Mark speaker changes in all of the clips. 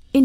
Speaker 1: verscheen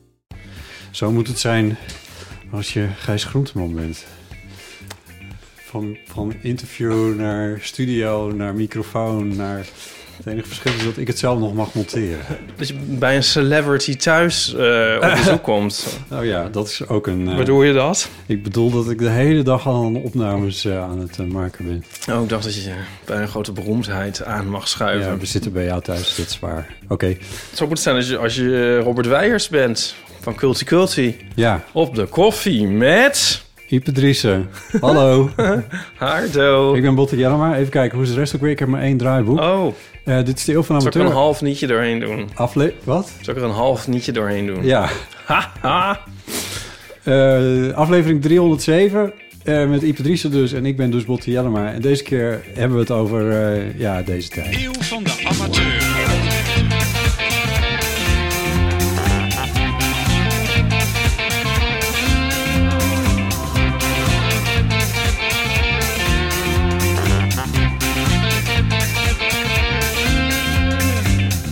Speaker 2: Zo moet het zijn als je Gijs Groenteman bent. Van, van interview naar studio, naar microfoon, naar... Het enige verschil is dat ik het zelf nog mag monteren.
Speaker 3: Dat je bij een celebrity thuis eh, op bezoek komt.
Speaker 2: Nou ja, dat is ook een... eh,
Speaker 3: Waardoor je dat?
Speaker 2: Ik bedoel dat ik de hele dag al aan opnames eh, aan het eh, maken ben.
Speaker 3: Oh, ik dacht dat je bij een grote beroemdheid aan mag
Speaker 2: Ja,
Speaker 3: schuiven.
Speaker 2: we zitten bij jou thuis, dat is waar. Oké,
Speaker 3: Zo moet het zijn als je, als je Robert Weijers bent van Culti Culti.
Speaker 2: ja.
Speaker 3: Op de koffie met
Speaker 2: Ipe Driessen, hallo.
Speaker 3: Haardo.
Speaker 2: ik ben Botte Jellema. Even kijken, hoe is de rest ook weer? Ik heb maar één draaiboek.
Speaker 3: Oh,
Speaker 2: Eh, dit is de Eeuw van
Speaker 3: zal ik er een
Speaker 2: Amateur.
Speaker 3: half nietje doorheen doen?
Speaker 2: Afle Wat?
Speaker 3: Zal ik er een half nietje doorheen doen?
Speaker 2: Ja,
Speaker 3: Ha, ha.
Speaker 2: Eh, aflevering 307 eh, met Ipe Driessen dus. En ik ben dus Botte Jellema. En deze keer hebben we het over eh, ja, deze tijd.
Speaker 4: Eeuw van de amateur.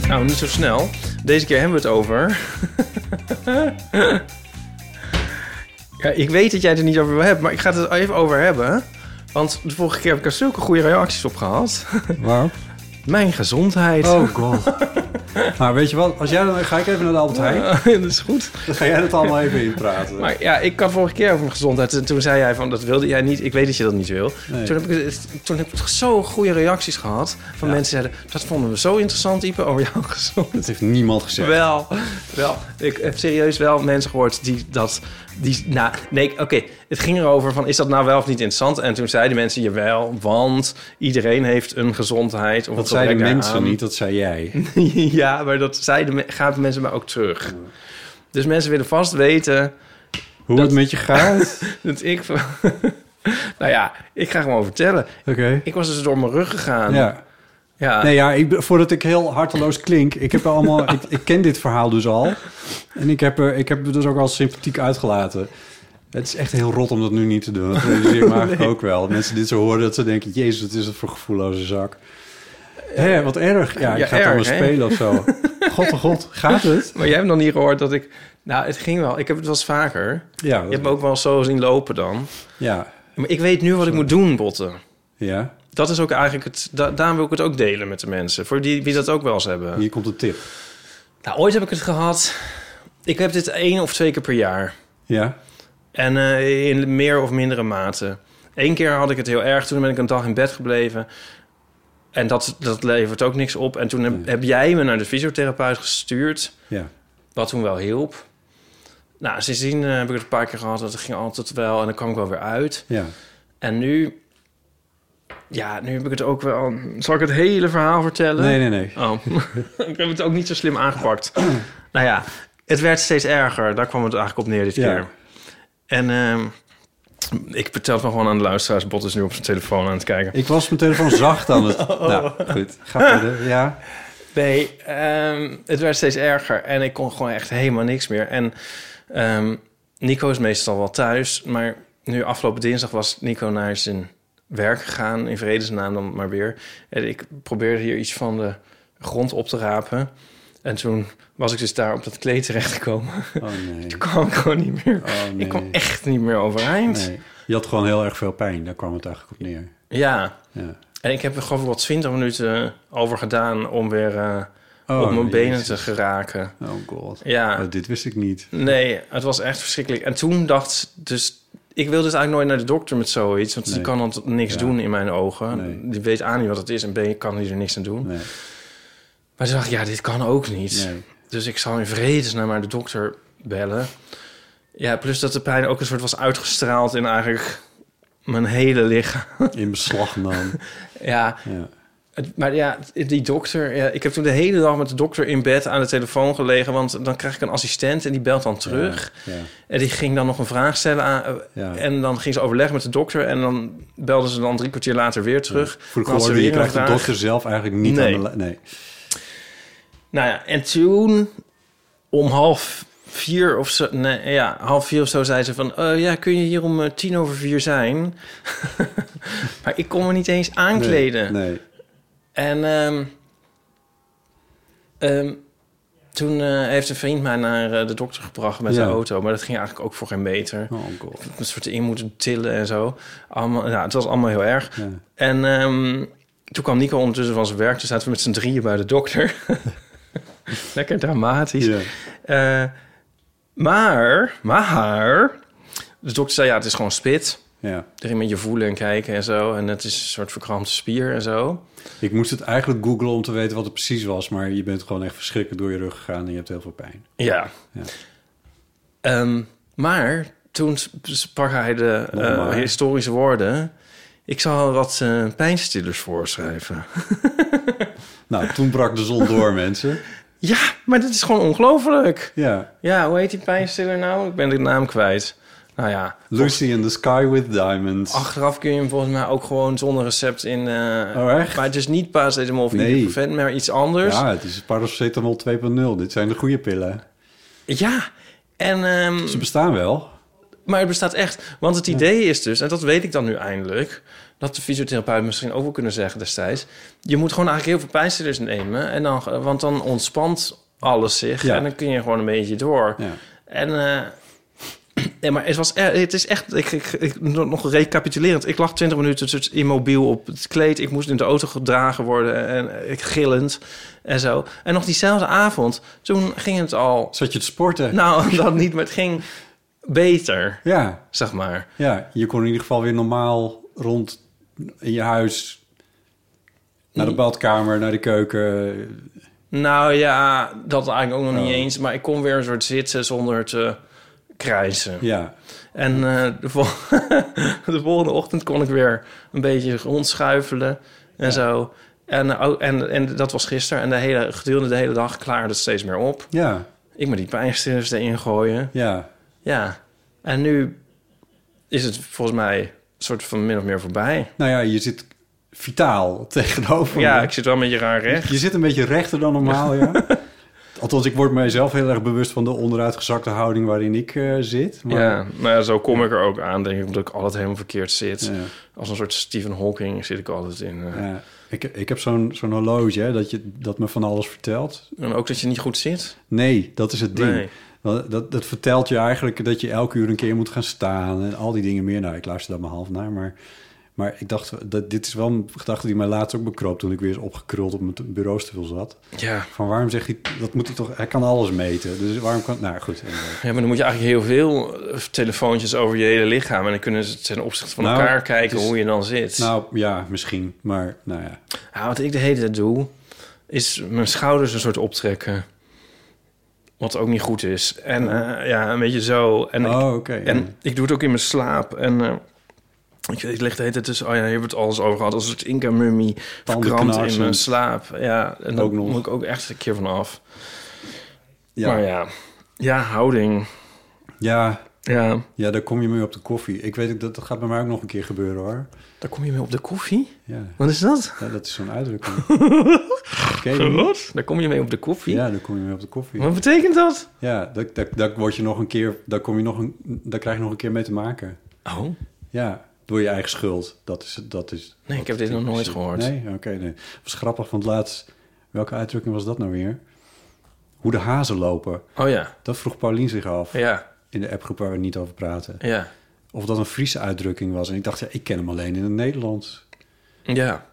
Speaker 3: Nou, niet zo snel. Deze keer hebben we het over. ja, ik weet dat jij het er niet over hebt, maar ik ga het er even over hebben. Want de vorige keer heb ik er zulke goede reacties op gehad.
Speaker 2: Waarop?
Speaker 3: Mijn gezondheid.
Speaker 2: Oh god. nou, weet je wat? Als jij dan, ga ik even naar de Albert Heijn.
Speaker 3: dat is goed.
Speaker 2: Dan ga jij dat allemaal even inpraten.
Speaker 3: Maar ja, ik had vorige keer over mijn gezondheid. En toen zei jij van, dat wilde jij niet. Ik weet dat je dat niet wil.
Speaker 2: Nee.
Speaker 3: Toen, heb ik, het- toen heb ik toch zo goede reacties gehad. Van mensen die zeiden, dat vonden we zo interessant, Ipe, over jouw gezondheid.
Speaker 2: Dat heeft niemand gezegd.
Speaker 3: Wel, wel. Ik heb serieus wel mensen gehoord die dat... Die, nou, nee, oké. Het ging erover van, is dat nou wel of niet interessant? En toen zeiden mensen, jawel, want iedereen heeft een gezondheid. Of
Speaker 2: dat
Speaker 3: een
Speaker 2: zeiden
Speaker 3: gebrek
Speaker 2: mensen
Speaker 3: daaraan.
Speaker 2: niet, dat zei jij.
Speaker 3: ja, maar dat zeiden, me- gaven mensen maar ook terug. Dus mensen willen vast weten
Speaker 2: Hoe het met je gaat?
Speaker 3: dat ik... van- nou ja, ik ga gewoon vertellen.
Speaker 2: Oké.
Speaker 3: Ik was dus door mijn rug gegaan.
Speaker 2: Ja.
Speaker 3: ja.
Speaker 2: Nee, ja, ik, voordat ik heel harteloos klink, ik, heb er allemaal, ik, ik ken dit verhaal dus al. En ik heb, er, ik heb het dus ook al sympathiek uitgelaten. Het is echt heel rot om dat nu niet te doen. Dat realiseer ik me eigenlijk ook wel. Dat Mensen dit zo horen, dat ze denken... Jezus, wat is dat voor gevoelloze zak. Hé, wat erg. Ja, ik
Speaker 3: Ja,
Speaker 2: ga het
Speaker 3: erg,
Speaker 2: allemaal
Speaker 3: hè?
Speaker 2: spelen of zo. God, oh god, gaat het?
Speaker 3: Maar jij hebt nog niet gehoord dat ik... Nou, het ging wel. Ik heb het wel eens vaker.
Speaker 2: Ja,
Speaker 3: Je hebt me ook wel zo zien lopen dan.
Speaker 2: ja,
Speaker 3: Maar ik weet nu wat ik moet doen, Botten.
Speaker 2: ja.
Speaker 3: Dat is ook eigenlijk het. da- daarom wil ik het ook delen met de mensen. Voor die wie dat ook wel eens hebben.
Speaker 2: Hier komt een tip.
Speaker 3: Nou, ooit heb ik het gehad. Ik heb dit één of twee keer per jaar.
Speaker 2: Ja,
Speaker 3: En eh, in meer of mindere mate. Eén keer had ik het heel erg. Toen ben ik een dag in bed gebleven. En dat, dat levert ook niks op. En toen heb, heb jij me naar de fysiotherapeut gestuurd.
Speaker 2: ja.
Speaker 3: Wat toen wel hielp. Nou, sindsdien eh, heb ik het een paar keer gehad. Dat ging altijd wel. En dan kwam ik wel weer uit.
Speaker 2: Ja,
Speaker 3: En nu... Ja, nu heb ik het ook wel... Zal ik het hele verhaal vertellen?
Speaker 2: nee, nee, nee.
Speaker 3: Oh, ik heb het ook niet zo slim aangepakt. nou ja, het werd steeds erger. Daar kwam het eigenlijk op neer dit
Speaker 2: Ja.
Speaker 3: keer. En ehm, ik vertel het maar gewoon aan de luisteraars. Bot is nu op zijn telefoon aan het kijken.
Speaker 2: Ik was mijn telefoon zacht aan het...
Speaker 3: Oh.
Speaker 2: Nou, goed. Ga verder. Ja,
Speaker 3: Nee, ehm, het werd steeds erger en ik kon gewoon echt helemaal niks meer. En ehm, Nico is meestal wel thuis, maar nu afgelopen dinsdag was Nico naar zijn werk gegaan, in vredesnaam dan maar weer. En ik probeerde hier iets van de grond op te rapen. En toen was ik dus daar op dat kleed terechtgekomen.
Speaker 2: oh nee.
Speaker 3: Toen kwam ik gewoon niet meer.
Speaker 2: Oh, nee.
Speaker 3: Ik kwam echt niet meer overeind.
Speaker 2: Nee. Je had gewoon heel erg veel pijn. Daar kwam het eigenlijk op neer.
Speaker 3: Ja.
Speaker 2: Ja.
Speaker 3: En ik heb er geloof ik wel 20 minuten over gedaan om weer eh,
Speaker 2: Oh,
Speaker 3: op mijn
Speaker 2: jezus.
Speaker 3: benen te geraken.
Speaker 2: Oh god.
Speaker 3: Ja.
Speaker 2: Oh, dit wist ik niet.
Speaker 3: Nee, het was echt verschrikkelijk. En toen dacht dus... Ik wil dus eigenlijk nooit naar de dokter met zoiets. Want
Speaker 2: Nee.
Speaker 3: die kan dan tot niks
Speaker 2: Ja.
Speaker 3: doen in mijn ogen.
Speaker 2: Nee.
Speaker 3: Die weet A niet wat het is en B kan die er niks aan doen.
Speaker 2: Nee.
Speaker 3: Maar toen dacht ik, ja, dit kan ook niet.
Speaker 2: Nee.
Speaker 3: Dus ik zal in vredesnaam maar de dokter bellen. Ja, plus dat de pijn ook een soort was uitgestraald in eigenlijk mijn hele lichaam.
Speaker 2: In beslag nam.
Speaker 3: Ja,
Speaker 2: Ja.
Speaker 3: het- maar ja, die dokter... Ja, ik heb toen de hele dag met de dokter in bed aan de telefoon gelegen... want dan krijg ik een assistent en die belt dan terug.
Speaker 2: Ja.
Speaker 3: En die ging dan nog een vraag stellen aan...
Speaker 2: Ja.
Speaker 3: En dan ging ze overleggen met de dokter... en dan belden ze dan drie kwartier later weer terug.
Speaker 2: Voor de
Speaker 3: Dan had ze
Speaker 2: geworden, je
Speaker 3: weer een
Speaker 2: krijgt de
Speaker 3: vraag.
Speaker 2: dokter zelf eigenlijk niet
Speaker 3: Nee.
Speaker 2: aan de... li- Nee.
Speaker 3: Nou ja, en toen om half vier of zo... Nee, ja, half vier of zo zei ze van... eh, ja, kun je hier om eh, tien over vier zijn? maar ik kon me niet eens aankleden.
Speaker 2: Nee. nee.
Speaker 3: En ehm, ehm, toen eh, heeft een vriend mij naar eh, de dokter gebracht met
Speaker 2: Ja.
Speaker 3: de auto. Maar dat ging eigenlijk ook voor geen meter.
Speaker 2: Oh god.
Speaker 3: Een soort in moeten tillen en zo. Allemaal, nou, het was allemaal heel erg.
Speaker 2: Ja.
Speaker 3: En ehm, toen kwam Nico ondertussen van zijn werk. Toen zaten we met z'n drieën bij de dokter. Lekker dramatisch.
Speaker 2: Ja.
Speaker 3: Eh, maar, maar... De dokter zei, ja, het is gewoon spit.
Speaker 2: ja.
Speaker 3: Erin met je voelen en kijken en zo. En het is een soort verkrampte spier en zo.
Speaker 2: Ik moest het eigenlijk googlen om te weten wat het precies was. Maar je bent gewoon echt verschrikkelijk door je rug gegaan en je hebt heel veel pijn.
Speaker 3: Ja.
Speaker 2: Ja.
Speaker 3: Ehm, maar toen sprak hij de
Speaker 2: Nog
Speaker 3: eh,
Speaker 2: maar.
Speaker 3: historische woorden... Ik zal wat eh, pijnstillers voorschrijven.
Speaker 2: Nou, toen brak de zon door, mensen.
Speaker 3: Ja, maar dat is gewoon ongelooflijk.
Speaker 2: Ja.
Speaker 3: Ja, hoe heet die pijnstiller nou? Ik ben de naam kwijt. Nou ja,
Speaker 2: Lucy in the Sky with Diamonds.
Speaker 3: achteraf kun je hem volgens mij ook gewoon zonder recept in... eh,
Speaker 2: Oh, echt?
Speaker 3: Maar het is niet paracetamol of
Speaker 2: Nee.
Speaker 3: ibuprofen, maar iets anders.
Speaker 2: Ja, het is paracetamol 2.0. Dit zijn de goede pillen.
Speaker 3: Ja, en, ehm,
Speaker 2: Ze bestaan wel.
Speaker 3: maar het bestaat echt. Want het idee is dus, en dat weet ik dan nu eindelijk... dat de fysiotherapeut misschien ook wel kunnen zeggen destijds... je moet gewoon eigenlijk heel veel pijnstillers nemen... En dan, want dan ontspant alles zich
Speaker 2: Ja.
Speaker 3: en dan kun je gewoon een beetje door.
Speaker 2: Ja.
Speaker 3: En... eh, Nee, maar het, was, e- het is echt... Ik, ik, ik- nog recapitulerend. Ik lag 20 minuten dus immobiel op het kleed. Ik moest in de auto gedragen worden. En eh, ik gillend en zo. En nog diezelfde avond, toen ging het al...
Speaker 2: Zat je te sporten?
Speaker 3: Nou, dat niet, maar het ging beter,
Speaker 2: Ja.
Speaker 3: zeg maar.
Speaker 2: ja, je kon in ieder geval weer normaal rond in je huis... Naar
Speaker 3: Mm.
Speaker 2: de badkamer, naar de keuken.
Speaker 3: Nou ja, dat eigenlijk ook nog niet eens. Maar ik kon weer een soort zitten zonder te krijsen.
Speaker 2: Ja,
Speaker 3: En eh, de, vol- de volgende ochtend kon ik weer een beetje rondschuifelen en zo. En, eh, oh, en, en dat was gisteren. En de hele, gedurende de hele dag klaarde het steeds meer op.
Speaker 2: ja,
Speaker 3: Ik moet die pijnstillers erin gooien.
Speaker 2: ja.
Speaker 3: Ja. En nu is het volgens mij soort van min of meer voorbij.
Speaker 2: Nou ja, je zit vitaal tegenover
Speaker 3: Ja,
Speaker 2: me.
Speaker 3: ik zit wel een beetje raar recht.
Speaker 2: Je zit een beetje rechter dan normaal, ja. Althans, ik word mijzelf heel erg bewust van de onderuitgezakte houding waarin ik eh, zit. Maar,
Speaker 3: Ja, nou ja, zo kom ik er ook aan, denk ik, omdat ik altijd helemaal verkeerd zit.
Speaker 2: Ja.
Speaker 3: Als een soort Stephen Hawking zit ik altijd in. eh.
Speaker 2: Ja. ik, ik heb zo'n zo'n horloge hè, dat, je, dat me van alles vertelt.
Speaker 3: En ook dat je niet goed zit.
Speaker 2: Nee, dat is het ding.
Speaker 3: Nee.
Speaker 2: Want Dat, dat vertelt je eigenlijk dat je elke uur een keer moet gaan staan en al die dingen meer. Nou, ik luister daar maar half naar, maar, maar ik dacht, dat, dit is wel een gedachte die mij laatst ook bekroop toen ik weer eens opgekruld op mijn bureaustoel zat.
Speaker 3: Ja.
Speaker 2: Van waarom zegt hij, dat moet hij toch, hij kan alles meten. Dus waarom kan, nou goed. anyway.
Speaker 3: ja, maar dan moet je eigenlijk heel veel eh, telefoontjes over je hele lichaam. En dan kunnen ze ten opzichte van
Speaker 2: Nou,
Speaker 3: elkaar
Speaker 2: het
Speaker 3: kijken
Speaker 2: is-
Speaker 3: hoe je dan zit.
Speaker 2: Nou ja, misschien, maar nou ja.
Speaker 3: Ja, wat ik de hele tijd doe, is mijn schouders een soort optrekken. Wat ook niet goed is. En eh, ja, een beetje zo. En ik-
Speaker 2: oh, oké.
Speaker 3: En ik doe het ook in mijn slaap. En eh, ik, ik leg de hele tijd tussen... Oh ja, je hebt het alles over gehad. Als een soort Inca mummy verkrampt in mijn
Speaker 2: knarsend.
Speaker 3: slaap. Ja, en
Speaker 2: Ook
Speaker 3: daar
Speaker 2: nog.
Speaker 3: moet ik ook echt een keer van af.
Speaker 2: ja.
Speaker 3: Maar ja. Ja, houding.
Speaker 2: Ja,
Speaker 3: Ja.
Speaker 2: ja, daar kom je mee op de koffie. Ik weet ook dat dat gaat bij mij ook nog een keer gebeuren hoor.
Speaker 3: Daar kom je mee op de koffie?
Speaker 2: Ja,
Speaker 3: Wat is dat?
Speaker 2: ja dat is zo'n uitdrukking. Oké.
Speaker 3: Wat? Daar kom je mee op de koffie?
Speaker 2: Ja, daar kom je mee op de koffie.
Speaker 3: Wat betekent dat?
Speaker 2: Ja, daar, daar, daar word je nog een keer, daar kom je nog een, daar krijg je nog een keer mee te maken.
Speaker 3: Oh.
Speaker 2: Ja, door je eigen schuld. Dat is, dat is.
Speaker 3: Nee, ik heb dit nog nooit gehoord.
Speaker 2: Nee, oké, nee. Was grappig, want laatst, welke uitdrukking was dat nou weer? Hoe de hazen lopen.
Speaker 3: Oh ja.
Speaker 2: Dat vroeg Paulien zich af
Speaker 3: Ja.
Speaker 2: in de appgroep waar we niet over praten.
Speaker 3: Ja.
Speaker 2: of dat een Friese uitdrukking was. En ik dacht, ja, ik ken hem alleen in het Nederlands.
Speaker 3: Ja.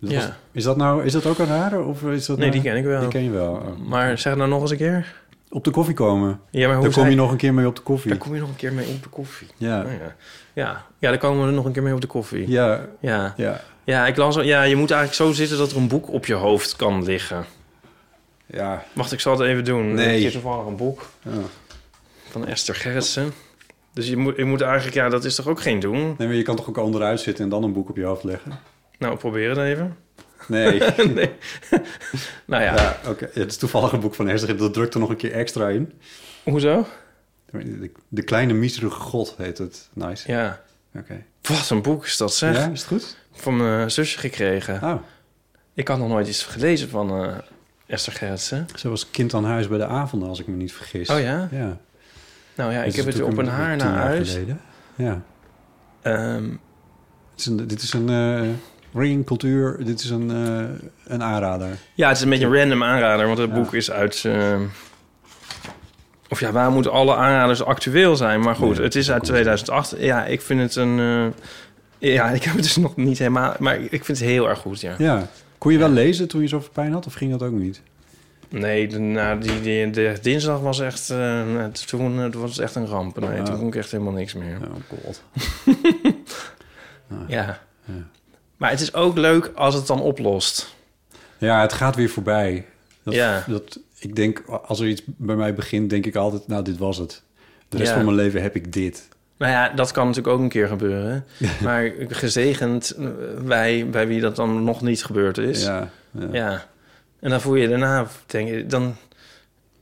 Speaker 2: Dat
Speaker 3: Ja.
Speaker 2: was- is dat nou, is dat ook een rare? Of is dat
Speaker 3: Nee,
Speaker 2: nou-
Speaker 3: die ken ik wel.
Speaker 2: Die ken je wel. Oh.
Speaker 3: Maar zeg nou nog eens een keer.
Speaker 2: Op de koffie komen.
Speaker 3: Ja, maar hoe
Speaker 2: Daar kom
Speaker 3: zei-
Speaker 2: je nog een keer mee op de koffie.
Speaker 3: Daar kom je nog een keer mee op de koffie.
Speaker 2: Ja.
Speaker 3: Oh, ja. ja. Ja, daar komen we er nog een keer mee op de koffie.
Speaker 2: Ja,
Speaker 3: Ja.
Speaker 2: ja.
Speaker 3: Ja, ik las, al- ja, je moet eigenlijk zo zitten dat er een boek op je hoofd kan liggen.
Speaker 2: Ja,
Speaker 3: Wacht, ik zal het even doen.
Speaker 2: Nee.
Speaker 3: Ik heb toevallig een boek
Speaker 2: Ja.
Speaker 3: van Esther Gerritsen. Dus je moet, je moet eigenlijk, ja, dat is toch ook geen doen?
Speaker 2: Nee, maar je kan toch ook onderuit zitten en dan een boek op je hoofd leggen?
Speaker 3: Nou, probeer het even.
Speaker 2: Nee.
Speaker 3: nee. nou ja,
Speaker 2: ja, oké. Het is toevallig een boek van Herzog. Dat drukt er nog een keer extra in.
Speaker 3: hoezo?
Speaker 2: De, de kleine miserige god heet het. Nice.
Speaker 3: Ja.
Speaker 2: Oké.
Speaker 3: Wat een boek is dat, zeg.
Speaker 2: Ja, is het goed?
Speaker 3: Van mijn zusje gekregen.
Speaker 2: Oh.
Speaker 3: Ik had nog nooit iets gelezen van eh, Esther Gerritsen.
Speaker 2: Ze was kind aan huis bij de avonden, als ik me niet vergis.
Speaker 3: Oh ja?
Speaker 2: Ja.
Speaker 3: Nou ja,
Speaker 2: Dat
Speaker 3: ik
Speaker 2: is
Speaker 3: heb het op
Speaker 2: natuurlijk
Speaker 3: een haar
Speaker 2: tien
Speaker 3: naar
Speaker 2: jaar
Speaker 3: huis.
Speaker 2: geleden. Ja.
Speaker 3: Ehm,
Speaker 2: Het is een, dit is een eh ring cultuur. Dit is een, eh, een aanrader.
Speaker 3: ja, het is een beetje een random aanrader, want het
Speaker 2: Ja.
Speaker 3: boek is uit... ehm, of ja, waar moeten alle aanraders actueel zijn? Maar goed,
Speaker 2: Nee,
Speaker 3: het is uit 2008. Ja, ik vind het een... eh, ja, ik heb het dus nog niet helemaal... Maar ik vind het heel erg goed, ja.
Speaker 2: Ja. Kon je wel lezen toen je zoveel pijn had? Of ging dat ook niet?
Speaker 3: Nee, de, na die, die, de dinsdag was echt... eh, toen eh, was het echt een ramp. Nee,
Speaker 2: Ja.
Speaker 3: toen kon ik echt helemaal niks meer.
Speaker 2: Oh god.
Speaker 3: Ja.
Speaker 2: Ja.
Speaker 3: Maar het is ook leuk als het dan oplost.
Speaker 2: Ja, het gaat weer voorbij. Dat,
Speaker 3: Ja.
Speaker 2: dat, ik denk, als er iets bij mij begint, denk ik altijd, nou, dit was het. De rest
Speaker 3: Ja.
Speaker 2: van mijn leven heb ik dit.
Speaker 3: Nou ja, dat kan natuurlijk ook een keer gebeuren. Maar gezegend eh, wij, bij wie dat dan nog niet gebeurd is. Ja.
Speaker 2: Ja, ja.
Speaker 3: En dan voel je daarna, denk je, dan...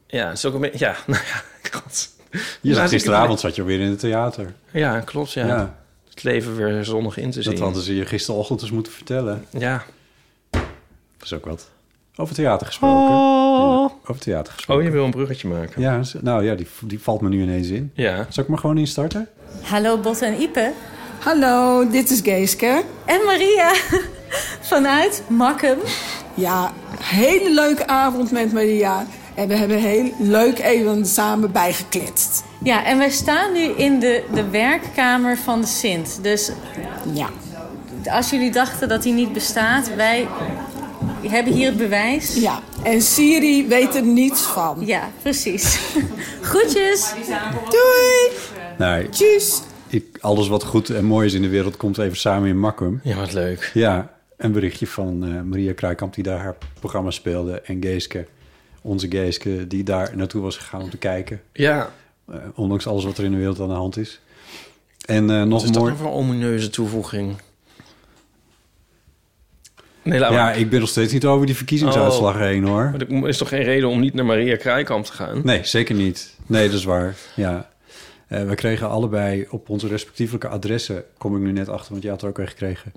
Speaker 3: Ja, het is ook een beetje... Ja, nou ja, klopt.
Speaker 2: Je
Speaker 3: Nou,
Speaker 2: zat
Speaker 3: ik-
Speaker 2: gisteravond zat je weer in het theater.
Speaker 3: Ja, klopt, ja.
Speaker 2: Ja,
Speaker 3: Het leven weer zonnig in te zien.
Speaker 2: dat hadden ze je gisterochtend eens moeten vertellen.
Speaker 3: Ja.
Speaker 2: Dat is ook wat. Over theater gesproken. Ja, over theater
Speaker 3: Oh,
Speaker 2: gesproken.
Speaker 3: je wil een bruggetje maken.
Speaker 2: Ja, z- nou ja, die, die valt me nu ineens in.
Speaker 3: Ja.
Speaker 2: Zal ik maar gewoon instarten?
Speaker 4: Hallo Botte en Ipe
Speaker 5: Hallo, dit is Geeske.
Speaker 4: en Maria vanuit Makkum.
Speaker 5: Ja, hele leuke avond met Maria. En we hebben heel leuk even samen bijgekletst.
Speaker 4: Ja, en wij staan nu in de, de werkkamer van de Sint. Dus
Speaker 5: Ja.
Speaker 4: als jullie dachten dat die niet bestaat, wij hebben hier het bewijs.
Speaker 5: ja. En Siri weet er niets van.
Speaker 4: Ja, precies. Groetjes.
Speaker 5: Doei!
Speaker 2: Nee,
Speaker 5: Tjus!
Speaker 2: ik, alles wat goed en mooi is in de wereld komt even samen in Makkum.
Speaker 3: Ja, wat leuk.
Speaker 2: Ja, een berichtje van eh, Maria Kruikamp die daar haar programma speelde. En Geeske, onze Geeske, die daar naartoe was gegaan om te kijken.
Speaker 3: Ja.
Speaker 2: Eh, ondanks alles wat er in de wereld aan de hand is. En eh,
Speaker 3: Wat
Speaker 2: nog
Speaker 3: is dat
Speaker 2: mooi...
Speaker 3: nou voor een omineuze toevoeging? Nee, laat
Speaker 2: Ja,
Speaker 3: maar.
Speaker 2: ik ben nog steeds niet over die verkiezingsuitslag
Speaker 3: Oh.
Speaker 2: heen hoor.
Speaker 3: Maar er is toch geen reden om niet naar Maria Kruikamp te gaan?
Speaker 2: Nee, zeker niet. Nee, dat is waar. Ja. Eh, we kregen allebei op onze respectievelijke adressen, kom ik nu net achter, want jij had er ook een gekregen,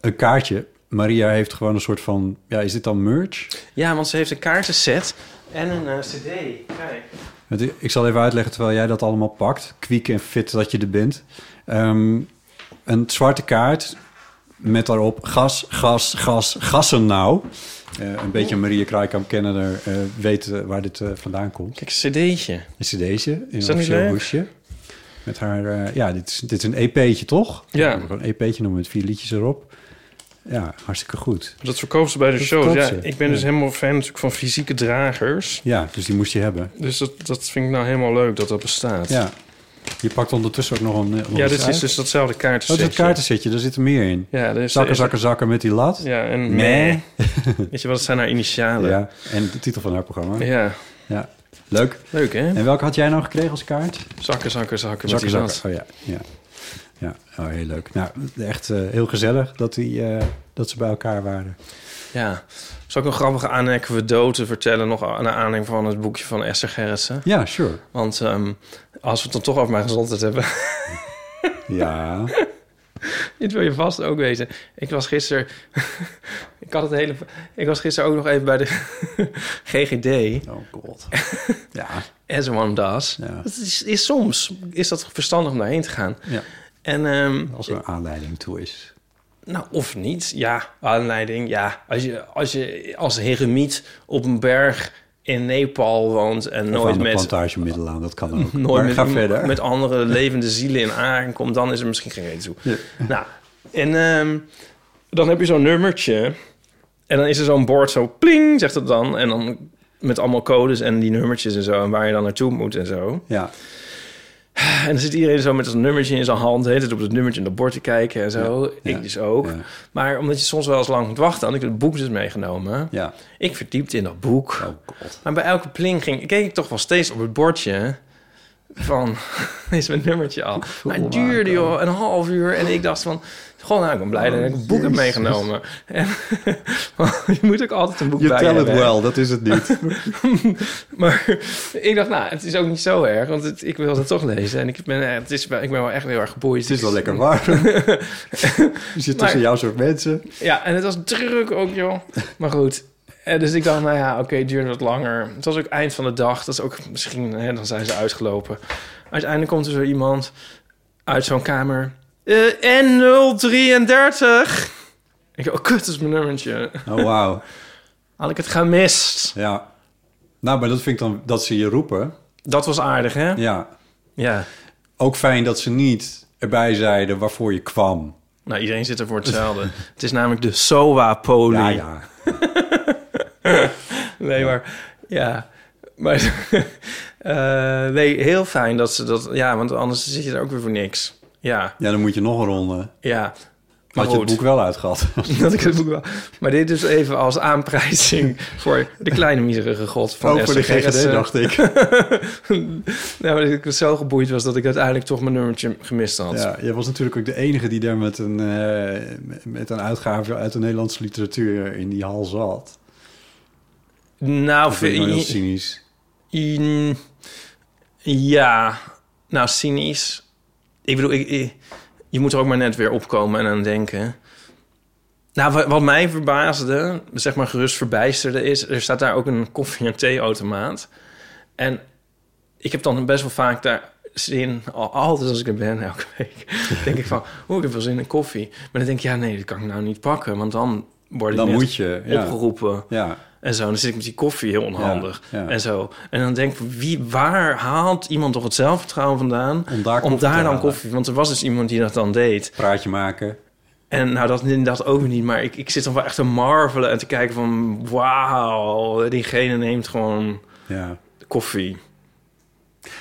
Speaker 2: een kaartje. Maria heeft gewoon een soort van, ja, is dit dan merch?
Speaker 3: Ja, want ze heeft een kaartenset en een eh, cd. Kijk.
Speaker 2: Want ik- Ik zal even uitleggen terwijl jij dat allemaal pakt. Kwiek en fit dat je er bent. Ehm, een zwarte kaart met daarop gas, gas, gas, gassen nou. Eh, een beetje Maria Kraaikamp kenner eh weet eh, waar dit eh, vandaan komt.
Speaker 3: Kijk, een cd'tje.
Speaker 2: Een cd'tje in een
Speaker 3: niet
Speaker 2: officieel
Speaker 3: leuk?
Speaker 2: hoesje. Met haar, eh, ja, dit is, dit is een EP'tje toch?
Speaker 3: Ja.
Speaker 2: Een EP'tje noemen met vier liedjes erop. Ja, hartstikke goed.
Speaker 3: Dat verkoopt ze bij de
Speaker 2: Dat
Speaker 3: show.
Speaker 2: verkoopt
Speaker 3: Ja,
Speaker 2: ze.
Speaker 3: ik ben dus helemaal fan natuurlijk van fysieke dragers.
Speaker 2: Ja, dus die moest je hebben.
Speaker 3: Dus dat, dat vind ik nou helemaal leuk dat dat bestaat.
Speaker 2: Ja. Je pakt ondertussen ook nog een... eh, nog
Speaker 3: Ja,
Speaker 2: iets
Speaker 3: dit
Speaker 2: uit.
Speaker 3: is dus datzelfde
Speaker 2: Oh,
Speaker 3: kaartensetje.
Speaker 2: dat kaartensetje, daar zit er meer in.
Speaker 3: Ja, er is,
Speaker 2: Zakken,
Speaker 3: is-
Speaker 2: zakken, zakken met die lat. Ja.
Speaker 3: Ja, en
Speaker 2: Nee.
Speaker 3: Weet je wat, het zijn haar initialen. Ja.
Speaker 2: En de titel van haar programma. Ja. Leuk.
Speaker 3: Leuk hè?
Speaker 2: En welke had jij nou gekregen als kaart?
Speaker 3: Zakken, zakken, zakken. met
Speaker 2: Zakken,
Speaker 3: die
Speaker 2: zakken.
Speaker 3: lat.
Speaker 2: Oh ja. Ja, ja. Oh, heel leuk. Nou, echt eh, heel gezellig dat, die, eh, dat ze bij elkaar waren.
Speaker 3: Ja. Zal ik een grappige anekdote vertellen... nog aan de aanleiding van het boekje van Esther Gerritsen?
Speaker 2: Ja, sure.
Speaker 3: Want ehm, als we het dan toch over mijn gezondheid hebben...
Speaker 2: Ja.
Speaker 3: Dit wil je vast ook weten. Ik was gisteren... ik, had het hele... ik was gisteren ook nog even bij de GGD.
Speaker 2: Oh god. Ja.
Speaker 3: As one does.
Speaker 2: Ja.
Speaker 3: Dat is, is soms is dat verstandig om daarheen te gaan.
Speaker 2: ja.
Speaker 3: En, ehm,
Speaker 2: Als er een aanleiding toe is.
Speaker 3: nou, of niet. Ja, aanleiding. Ja, als je als, je, als heremiet op een berg in Nepal woont en
Speaker 2: Of
Speaker 3: nooit
Speaker 2: aan de
Speaker 3: met,
Speaker 2: plantage Middelaan, dat kan ook.
Speaker 3: nooit
Speaker 2: maar
Speaker 3: met,
Speaker 2: ga verder.
Speaker 3: met andere levende zielen in aanraking komt, dan is er misschien geen reden toe.
Speaker 2: Ja.
Speaker 3: Nou, en ehm, dan heb je zo'n nummertje. En dan is er zo'n bord zo pling, zegt het dan. En dan met allemaal codes en die nummertjes en zo. En waar je dan naartoe moet en zo.
Speaker 2: Ja,
Speaker 3: En dan zit iedereen zo met zo'n nummertje in zijn hand. Heet het op het nummertje in dat bord te kijken en zo. ik
Speaker 2: ja,
Speaker 3: dus ook.
Speaker 2: ja.
Speaker 3: Maar omdat je soms wel eens lang moet wachten. Had ik het boek dus meegenomen.
Speaker 2: ja.
Speaker 3: Ik verdiepte in dat boek.
Speaker 2: Oh god.
Speaker 3: Maar bij elke pling ging, keek ik toch wel steeds op het bordje van, is mijn nummertje al. Maar het duurde joh, een half uur. En ik dacht van, goh, nou, ik ben blij dat ik een boek heb meegenomen. En, je moet ook altijd een boek
Speaker 2: Je
Speaker 3: bij
Speaker 2: telt het
Speaker 3: hebben, hè.
Speaker 2: wel, dat is het niet.
Speaker 3: Maar ik dacht, nou, het is ook niet zo erg, want het, ik wil het toch lezen. En ik ben, eh, het is, wel- ik ben wel echt heel erg geboeid. Dus
Speaker 2: Het is wel lekker warm. Je zit
Speaker 3: Maar-
Speaker 2: tussen jouw soort mensen.
Speaker 3: Ja, en het was druk ook, joh. Maar goed. En dus ik dacht, nou ja, oké, het duurde wat langer. Het was ook eind van de dag. Dat is ook misschien, hè, dan zijn ze uitgelopen. Uiteindelijk komt er zo iemand uit zo'n kamer. Eh N033. Ik oh kut, dat is mijn nummertje.
Speaker 2: Oh, wauw.
Speaker 3: Had ik het gemist.
Speaker 2: Ja. Nou, maar dat vind ik dan dat ze je roepen.
Speaker 3: Dat was aardig, hè?
Speaker 2: Ja.
Speaker 3: Ja.
Speaker 2: Ook fijn dat ze niet erbij zeiden waarvoor je kwam.
Speaker 3: Nou, iedereen zit er voor hetzelfde. het is namelijk de SOA Poli.
Speaker 2: Ja, ja.
Speaker 3: Nee, maar ja. Maar eh, nee, heel fijn dat ze dat. Ja, want anders zit je er ook weer voor niks. Ja,
Speaker 2: Ja, dan moet je nog een ronde.
Speaker 3: ja. Maar
Speaker 2: Had je het
Speaker 3: goed.
Speaker 2: boek wel uitgehad.
Speaker 3: Dat ik het boek wel. Maar dit is even als aanprijzing voor de kleine miserige god van
Speaker 2: Ook voor de
Speaker 3: SCGS.
Speaker 2: GGD, dacht ik.
Speaker 3: Nou, dat eh. ik zo geboeid was dat ik uiteindelijk toch mijn nummertje gemist had.
Speaker 2: Ja, jij was natuurlijk ook de enige die daar met een, eh, met een uitgave uit de Nederlandse literatuur in die hal zat.
Speaker 3: Nou,
Speaker 2: Dat vind ik nou heel
Speaker 3: vind-
Speaker 2: cynisch.
Speaker 3: Mm, ja, nou, cynisch. Ik bedoel, ik, ik- je moet er ook maar net weer opkomen en aan denken. Nou, wa- wat mij verbaasde, zeg maar gerust verbijsterde, is... er staat daar ook een koffie- en theeautomaat. En ik heb dan best wel vaak daar zin... al- altijd als ik er ben, elke week, denk ik van... oh, ik heb wel zin in koffie. Maar dan denk ik, ja, nee, dat kan ik nou niet pakken... want dan word ik
Speaker 2: Dan
Speaker 3: net
Speaker 2: moet je, ja.
Speaker 3: opgeroepen.
Speaker 2: Ja,
Speaker 3: En zo, en dan zit ik met die koffie heel onhandig.
Speaker 2: Ja, ja.
Speaker 3: En zo. En dan denk ik, wie, waar haalt iemand toch het zelfvertrouwen vandaan?
Speaker 2: Om daar koffie te
Speaker 3: dan
Speaker 2: halen.
Speaker 3: koffie. Want er was dus iemand die dat dan deed.
Speaker 2: praatje maken.
Speaker 3: En nou, dat inderdaad ook niet. Maar ik, ik zit dan wel echt te marvelen en te kijken van... Wauw, diegene neemt gewoon
Speaker 2: Ja.
Speaker 3: koffie.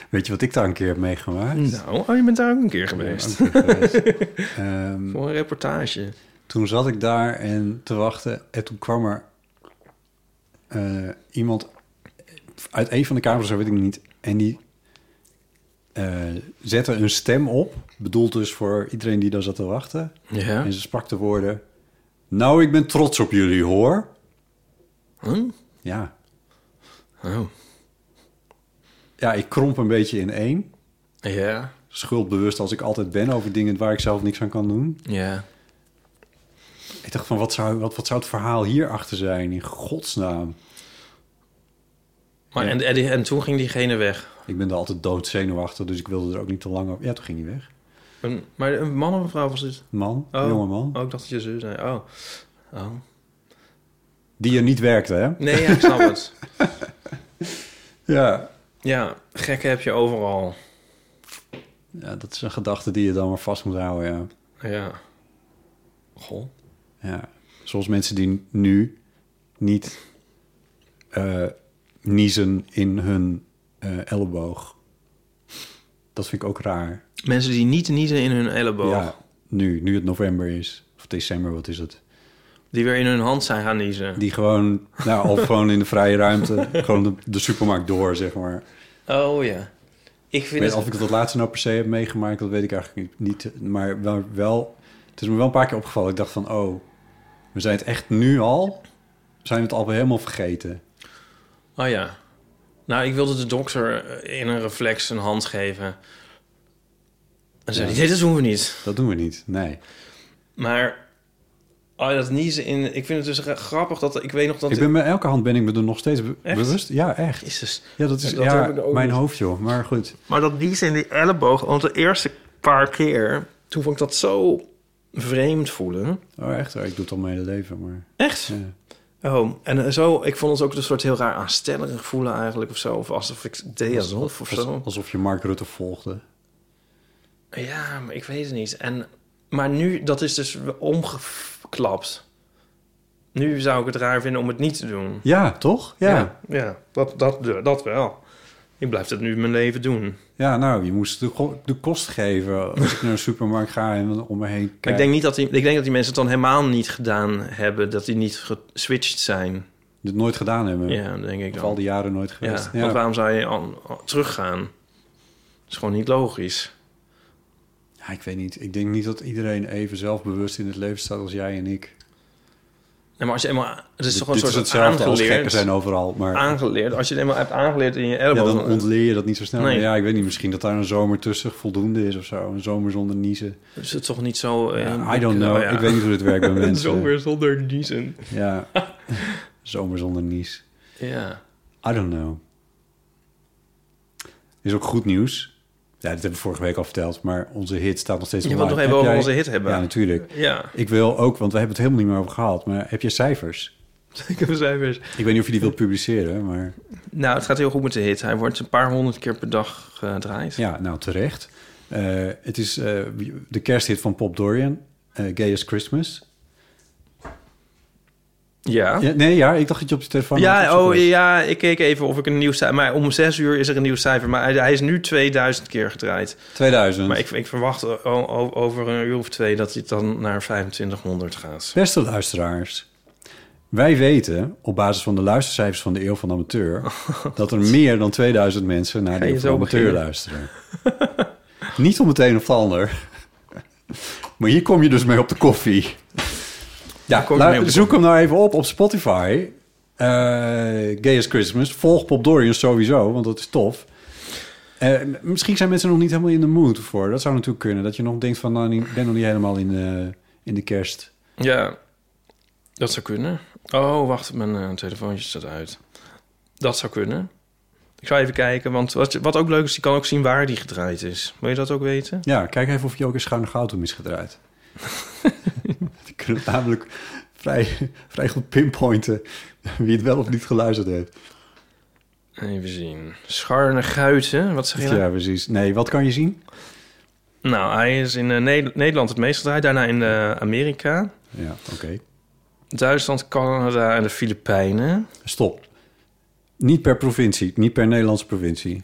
Speaker 2: Weet je wat ik daar een keer heb meegemaakt?
Speaker 3: Nou, oh, je bent daar ook een keer geweest.
Speaker 2: Hm. Ook weer geweest. Ehm,
Speaker 3: Voor een reportage.
Speaker 2: toen zat ik daar en te wachten. En toen kwam er eh, iemand uit een van de kamers, dat weet ik niet. En die eh, zette een stem op. Bedoeld dus voor iedereen die daar zat te wachten.
Speaker 3: Ja.
Speaker 2: En ze sprak de woorden... Nou, ik ben trots op jullie, hoor.
Speaker 3: Huh?
Speaker 2: Ja.
Speaker 3: Hm? Oh.
Speaker 2: Ja, ik kromp een beetje in één.
Speaker 3: Ja.
Speaker 2: Schuldbewust als ik altijd ben over dingen waar ik zelf niks aan kan doen.
Speaker 3: Ja.
Speaker 2: Ik dacht van, wat zou, wat, wat zou het verhaal hierachter zijn? In godsnaam.
Speaker 3: Maar, en, en, en toen ging diegene weg.
Speaker 2: Ik ben er altijd doodzenuwachtig, dus ik wilde er ook niet te lang over. Ja, toen ging hij weg.
Speaker 3: Een, maar een man of een vrouw was dit?
Speaker 2: Man,
Speaker 3: Oh.
Speaker 2: jonge man.
Speaker 3: Oh, ik dacht dat je zus zei. Oh. oh.
Speaker 2: Die er niet werkte, hè?
Speaker 3: Nee, ja, ik snap het.
Speaker 2: Ja.
Speaker 3: Ja, gekken heb je overal.
Speaker 2: ja. Dat is een gedachte die je dan maar vast moet houden, ja.
Speaker 3: Ja. Goh.
Speaker 2: ja. Zoals mensen die nu niet eh, niezen in hun eh, elleboog. Dat vind ik ook raar.
Speaker 3: Mensen die niet niezen in hun elleboog,
Speaker 2: Ja, nu, nu het november is. Of december, wat is het?
Speaker 3: die weer in hun hand zijn gaan niezen.
Speaker 2: Die gewoon, nou, of gewoon in de vrije ruimte, gewoon de, de supermarkt door, zeg maar.
Speaker 3: Oh ja. Ik
Speaker 2: Ik
Speaker 3: vind
Speaker 2: weet
Speaker 3: het...
Speaker 2: of ik dat laatste nou per se heb meegemaakt, dat weet ik eigenlijk niet. Maar wel, wel, het is me wel een paar keer opgevallen. Ik dacht van, oh, we zijn het echt nu al? Zijn we het al helemaal vergeten?
Speaker 3: Oh ja. Nou, ik wilde de dokter eh, in een reflex een hand geven. En zei hij, nee, dat doen we niet.
Speaker 2: Dat doen we niet, nee.
Speaker 3: Maar... Oh, dat niezen in... Ik vind het dus gra- grappig dat... Ik weet nog dat...
Speaker 2: Ik ben met elke hand ben ik me er nog steeds be-
Speaker 3: Echt?
Speaker 2: bewust. Ja, echt.
Speaker 3: Jezus.
Speaker 2: Ja, dat is
Speaker 3: Dat
Speaker 2: ja,
Speaker 3: heb ik ook
Speaker 2: mijn
Speaker 3: niet.
Speaker 2: hoofd, joh. Maar goed.
Speaker 3: Maar dat niezen in die elleboog, want de eerste paar keer, toen vond ik dat zo vreemd voelen.
Speaker 2: Oh, echt? Oh, ik doe het al mijn hele leven, maar...
Speaker 3: Echt?
Speaker 2: Ja.
Speaker 3: Oh, en eh, zo, ik vond ons ook een soort heel raar aanstellerig voelen eigenlijk of zo. Of alsof ik deed alsof of zo.
Speaker 2: Als- Alsof je Mark Rutte volgde.
Speaker 3: Ja, maar ik weet het niet. En, maar nu, dat is dus omgeklapt. Nu zou ik het raar vinden om het niet te doen.
Speaker 2: Ja, toch? Ja. ja.
Speaker 3: ja, dat, dat, dat wel. Ik blijf dat nu mijn leven doen.
Speaker 2: nou, je moest de, go- de kost geven als ik naar de supermarkt ga en dan om me heen
Speaker 3: Maar
Speaker 2: kijk.
Speaker 3: ik denk, niet dat die, ik denk dat die mensen het dan helemaal niet gedaan hebben. Dat die niet geswitcht zijn.
Speaker 2: Dit nooit gedaan hebben.
Speaker 3: Ja, dat denk ik
Speaker 2: Of
Speaker 3: dan.
Speaker 2: al die jaren nooit geweest.
Speaker 3: ja, Want waarom zou je al, al teruggaan? Dat is gewoon niet logisch.
Speaker 2: Ja, ik weet niet. Ik denk niet dat iedereen even zelfbewust in het leven staat als jij en ik.
Speaker 3: En maar als je eenmaal, het is
Speaker 2: Dit-
Speaker 3: toch een
Speaker 2: dit
Speaker 3: soort
Speaker 2: hetzelfde als gekken
Speaker 3: aangeleerd,
Speaker 2: zijn overal. Maar
Speaker 3: aangeleerd. Als je het eenmaal hebt aangeleerd in je
Speaker 2: ja,
Speaker 3: elleboog...
Speaker 2: dan ontleer je dat niet zo snel.
Speaker 3: Nee.
Speaker 2: Maar Ja, ik weet niet. Misschien dat daar een zomer tussen voldoende is of zo. Een zomer zonder niezen.
Speaker 3: Is het toch niet zo... eh,
Speaker 2: Ja, I don't know.
Speaker 3: nou ja.
Speaker 2: Ik weet niet hoe dit werkt bij mensen.
Speaker 3: Zomer zonder niezen.
Speaker 2: Ja. zomer zonder nies.
Speaker 3: Ja.
Speaker 2: I don't know. Is ook goed nieuws. Ja, dit hebben we vorige week al verteld. Maar onze hit staat nog steeds
Speaker 3: Je wilt
Speaker 2: online.
Speaker 3: nog even
Speaker 2: Heb
Speaker 3: over onze hit hebben.
Speaker 2: Ja, natuurlijk.
Speaker 3: Ja.
Speaker 2: Ik wil ook, want we hebben het helemaal niet meer over gehad. Maar heb je cijfers?
Speaker 3: Ik heb cijfers.
Speaker 2: Ik weet niet of je die wilt publiceren, maar...
Speaker 3: Nou, het gaat heel goed met de hit. Hij wordt een paar honderd keer per dag eh, gedraaid.
Speaker 2: Ja, nou terecht. Eh, het is eh, de kersthit van Pop Dorian, eh, Gay as Christmas.
Speaker 3: Ja.
Speaker 2: Ja, nee, ja, ik dacht dat je op je telefoon... aan het
Speaker 3: Oh. Ja, oh
Speaker 2: opzoeken was.
Speaker 3: ja, ik keek even of ik een nieuw cijfer... Maar om zes uur is er een nieuw cijfer. Maar hij, hij is nu 2000 keer gedraaid.
Speaker 2: 2000.
Speaker 3: Maar ik, ik verwacht o- o- over een uur of twee... dat hij dan naar 2500 gaat.
Speaker 2: Beste luisteraars, wij weten op basis van de luistercijfers van de Eeuw van de Amateur... dat er meer dan 2000 mensen naar de
Speaker 3: Oh, je
Speaker 2: Eeuw van de
Speaker 3: zo
Speaker 2: Amateur
Speaker 3: beginnen?
Speaker 2: luisteren. Niet om het een of ander, maar hier kom je dus mee op de koffie. Ja,
Speaker 3: kom je
Speaker 2: lu-
Speaker 3: mee op de
Speaker 2: zoek hem nou even op op Spotify. Eh Gay as Christmas. Volg Pop Dorian sowieso, want dat is tof. Eh, m- misschien zijn mensen nog niet helemaal in de mood voor. Dat zou natuurlijk kunnen. Dat je nog denkt van, nou, ik ben nog niet helemaal in de, in de kerst...
Speaker 3: Ja, dat zou kunnen. Oh, wacht, mijn eh, telefoontje staat uit. Dat zou kunnen. Ik zou even kijken, want wat, wat ook leuk is... je kan ook zien waar die gedraaid is. Wil je dat ook weten?
Speaker 2: Ja, kijk even of je ook een schuine goud is gedraaid. Die kunnen namelijk vrij, vrij goed pinpointen wie het wel of niet geluisterd heeft.
Speaker 3: Even zien. Scharne Guiten, wat zeg je
Speaker 2: Ja,
Speaker 3: nou?
Speaker 2: precies. Nee, wat kan je zien?
Speaker 3: Nou, hij is in eh, Ne- Nederland het meest gedraaid. Daarna in eh, Amerika,
Speaker 2: Ja, oké.
Speaker 3: Duitsland, Canada en de Filipijnen.
Speaker 2: Stop. Niet per provincie, niet per Nederlandse provincie.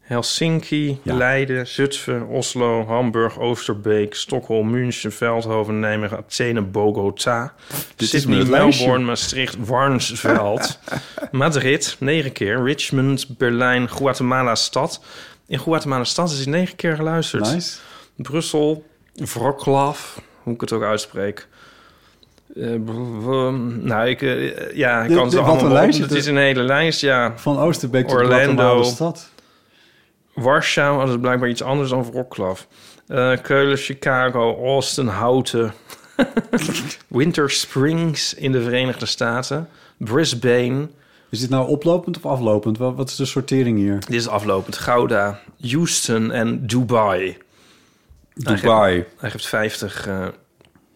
Speaker 3: Helsinki,
Speaker 2: Ja.
Speaker 3: Leiden, Zutphen, Oslo, Hamburg, Oosterbeek, Stockholm, München, Veldhoven, Nijmegen, Athene, Bogota,
Speaker 2: is
Speaker 3: Sydney,
Speaker 2: mijn lijstje.
Speaker 3: Melbourne, Maastricht, Warnsveld, Madrid, negen keer, Richmond, Berlijn, Guatemala stad. In Guatemala stad is hij negen keer geluisterd.
Speaker 2: Nice.
Speaker 3: Brussel, Wroclaw, hoe ik het ook uitspreek. Eh, b- b- nou, ik, eh, ja, ik
Speaker 2: Dit-
Speaker 3: kan het
Speaker 2: dit- wat
Speaker 3: allemaal
Speaker 2: een
Speaker 3: op.
Speaker 2: lijstje,
Speaker 3: Het
Speaker 2: dit-
Speaker 3: is een hele lijst, ja.
Speaker 2: Van Oosterbeek tot
Speaker 3: Orlando.
Speaker 2: Guatemala stad.
Speaker 3: Warschau, dat is blijkbaar iets anders dan Wroclaw. Eh, Keulen, Chicago, Austin, Houten. Winter Springs in de Verenigde Staten. Brisbane,
Speaker 2: Is dit nou oplopend of aflopend? Wat, wat is de sortering hier?
Speaker 3: dit is aflopend. Gouda, Houston en Dubai.
Speaker 2: Dubai.
Speaker 3: Hij geeft 50, eh,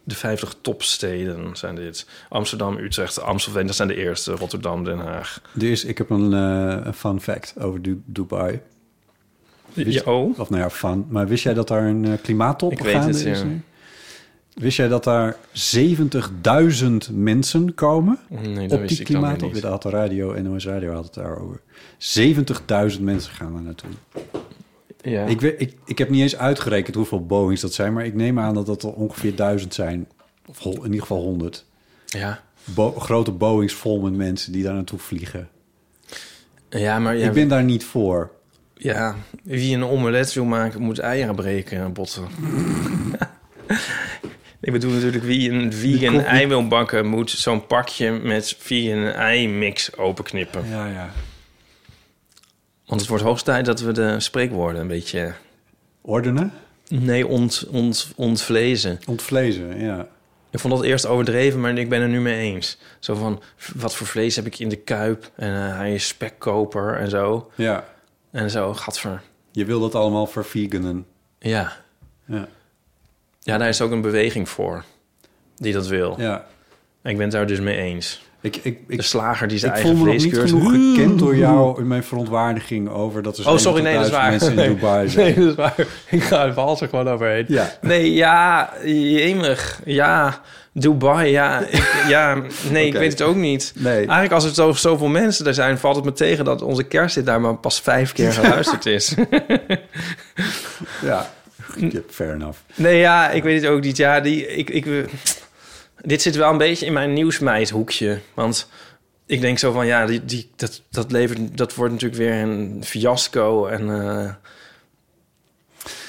Speaker 3: de 50 topsteden zijn dit. Amsterdam, Utrecht, Amstelveen, dat zijn de eerste. Rotterdam, Den Haag.
Speaker 2: Er is, ik heb een, eh, een fun fact over Du- Dubai.
Speaker 3: Ja, oh.
Speaker 2: Of nou ja, van. Maar wist jij dat daar een eh, klimaattop
Speaker 3: Ik weet
Speaker 2: gaande
Speaker 3: het,
Speaker 2: is?
Speaker 3: ja.
Speaker 2: nu? Wist jij dat daar 70.000 mensen komen
Speaker 3: Nee, dat
Speaker 2: op
Speaker 3: wist
Speaker 2: die
Speaker 3: ik dan weer
Speaker 2: klimaattop? Dit
Speaker 3: niet.
Speaker 2: had de radio, NOS Radio had het daarover. 70.000 mensen gaan daar naartoe.
Speaker 3: Ja.
Speaker 2: Ik, weet, ik, ik heb niet eens uitgerekend hoeveel Boeings dat zijn, maar ik neem aan dat dat er ongeveer 1000 zijn. Of hol- in ieder geval 100.
Speaker 3: ja.
Speaker 2: Bo- grote Boeings vol met mensen die daar naartoe vliegen.
Speaker 3: ja, maar ja,
Speaker 2: Ik ben daar niet voor.
Speaker 3: ja, wie een omelet wil maken, moet eieren breken, botten. ik bedoel natuurlijk, wie een vegan ei wil bakken, moet zo'n pakje met vegan ei mix openknippen.
Speaker 2: Ja, ja.
Speaker 3: Want het wordt hoogst tijd dat we de spreekwoorden een beetje...
Speaker 2: Ordenen?
Speaker 3: Nee, ont, ont, ontvlezen.
Speaker 2: Ontvlezen, ja.
Speaker 3: Ik vond dat eerst overdreven, maar ik ben er nu mee eens. Zo van, v- wat voor vlees heb ik in de kuip? En eh, hij is spekkoper en zo.
Speaker 2: Ja.
Speaker 3: En zo, gadver.
Speaker 2: Je wil dat allemaal verveganen.
Speaker 3: Ja.
Speaker 2: Ja.
Speaker 3: ja, daar is ook een beweging voor die dat wil.
Speaker 2: Ja,
Speaker 3: Ik ben het daar dus mee eens.
Speaker 2: ik Ik, ik, ik,
Speaker 3: De slager die zijn
Speaker 2: ik
Speaker 3: eigen
Speaker 2: voel me nog niet
Speaker 3: vleeskeur...
Speaker 2: genoeg gekend door jou in mijn verontwaardiging over dat er
Speaker 3: Oh, sorry,
Speaker 2: 70.000
Speaker 3: nee, dat is waar.
Speaker 2: mensen in Dubai zijn.
Speaker 3: Nee, dat is waar. Ik ga even vals er gewoon overheen.
Speaker 2: Ja.
Speaker 3: Nee, ja, jemig. Ja, Dubai, ja. Ik, ja, nee,
Speaker 2: Oké.
Speaker 3: ik weet het ook niet.
Speaker 2: Nee.
Speaker 3: Eigenlijk als er zo, zoveel mensen er zijn, valt het me tegen... dat onze kerst dit daar maar pas vijf keer geluisterd is.
Speaker 2: Ja, Ja, fair enough.
Speaker 3: Nee, ja, ik weet het ook niet. Ja, die, ik, ik, dit zit wel een beetje in mijn nieuwsmeidhoekje. Want ik denk zo van, ja, die, die, dat, dat, levert, dat wordt natuurlijk weer een fiasco. En eh,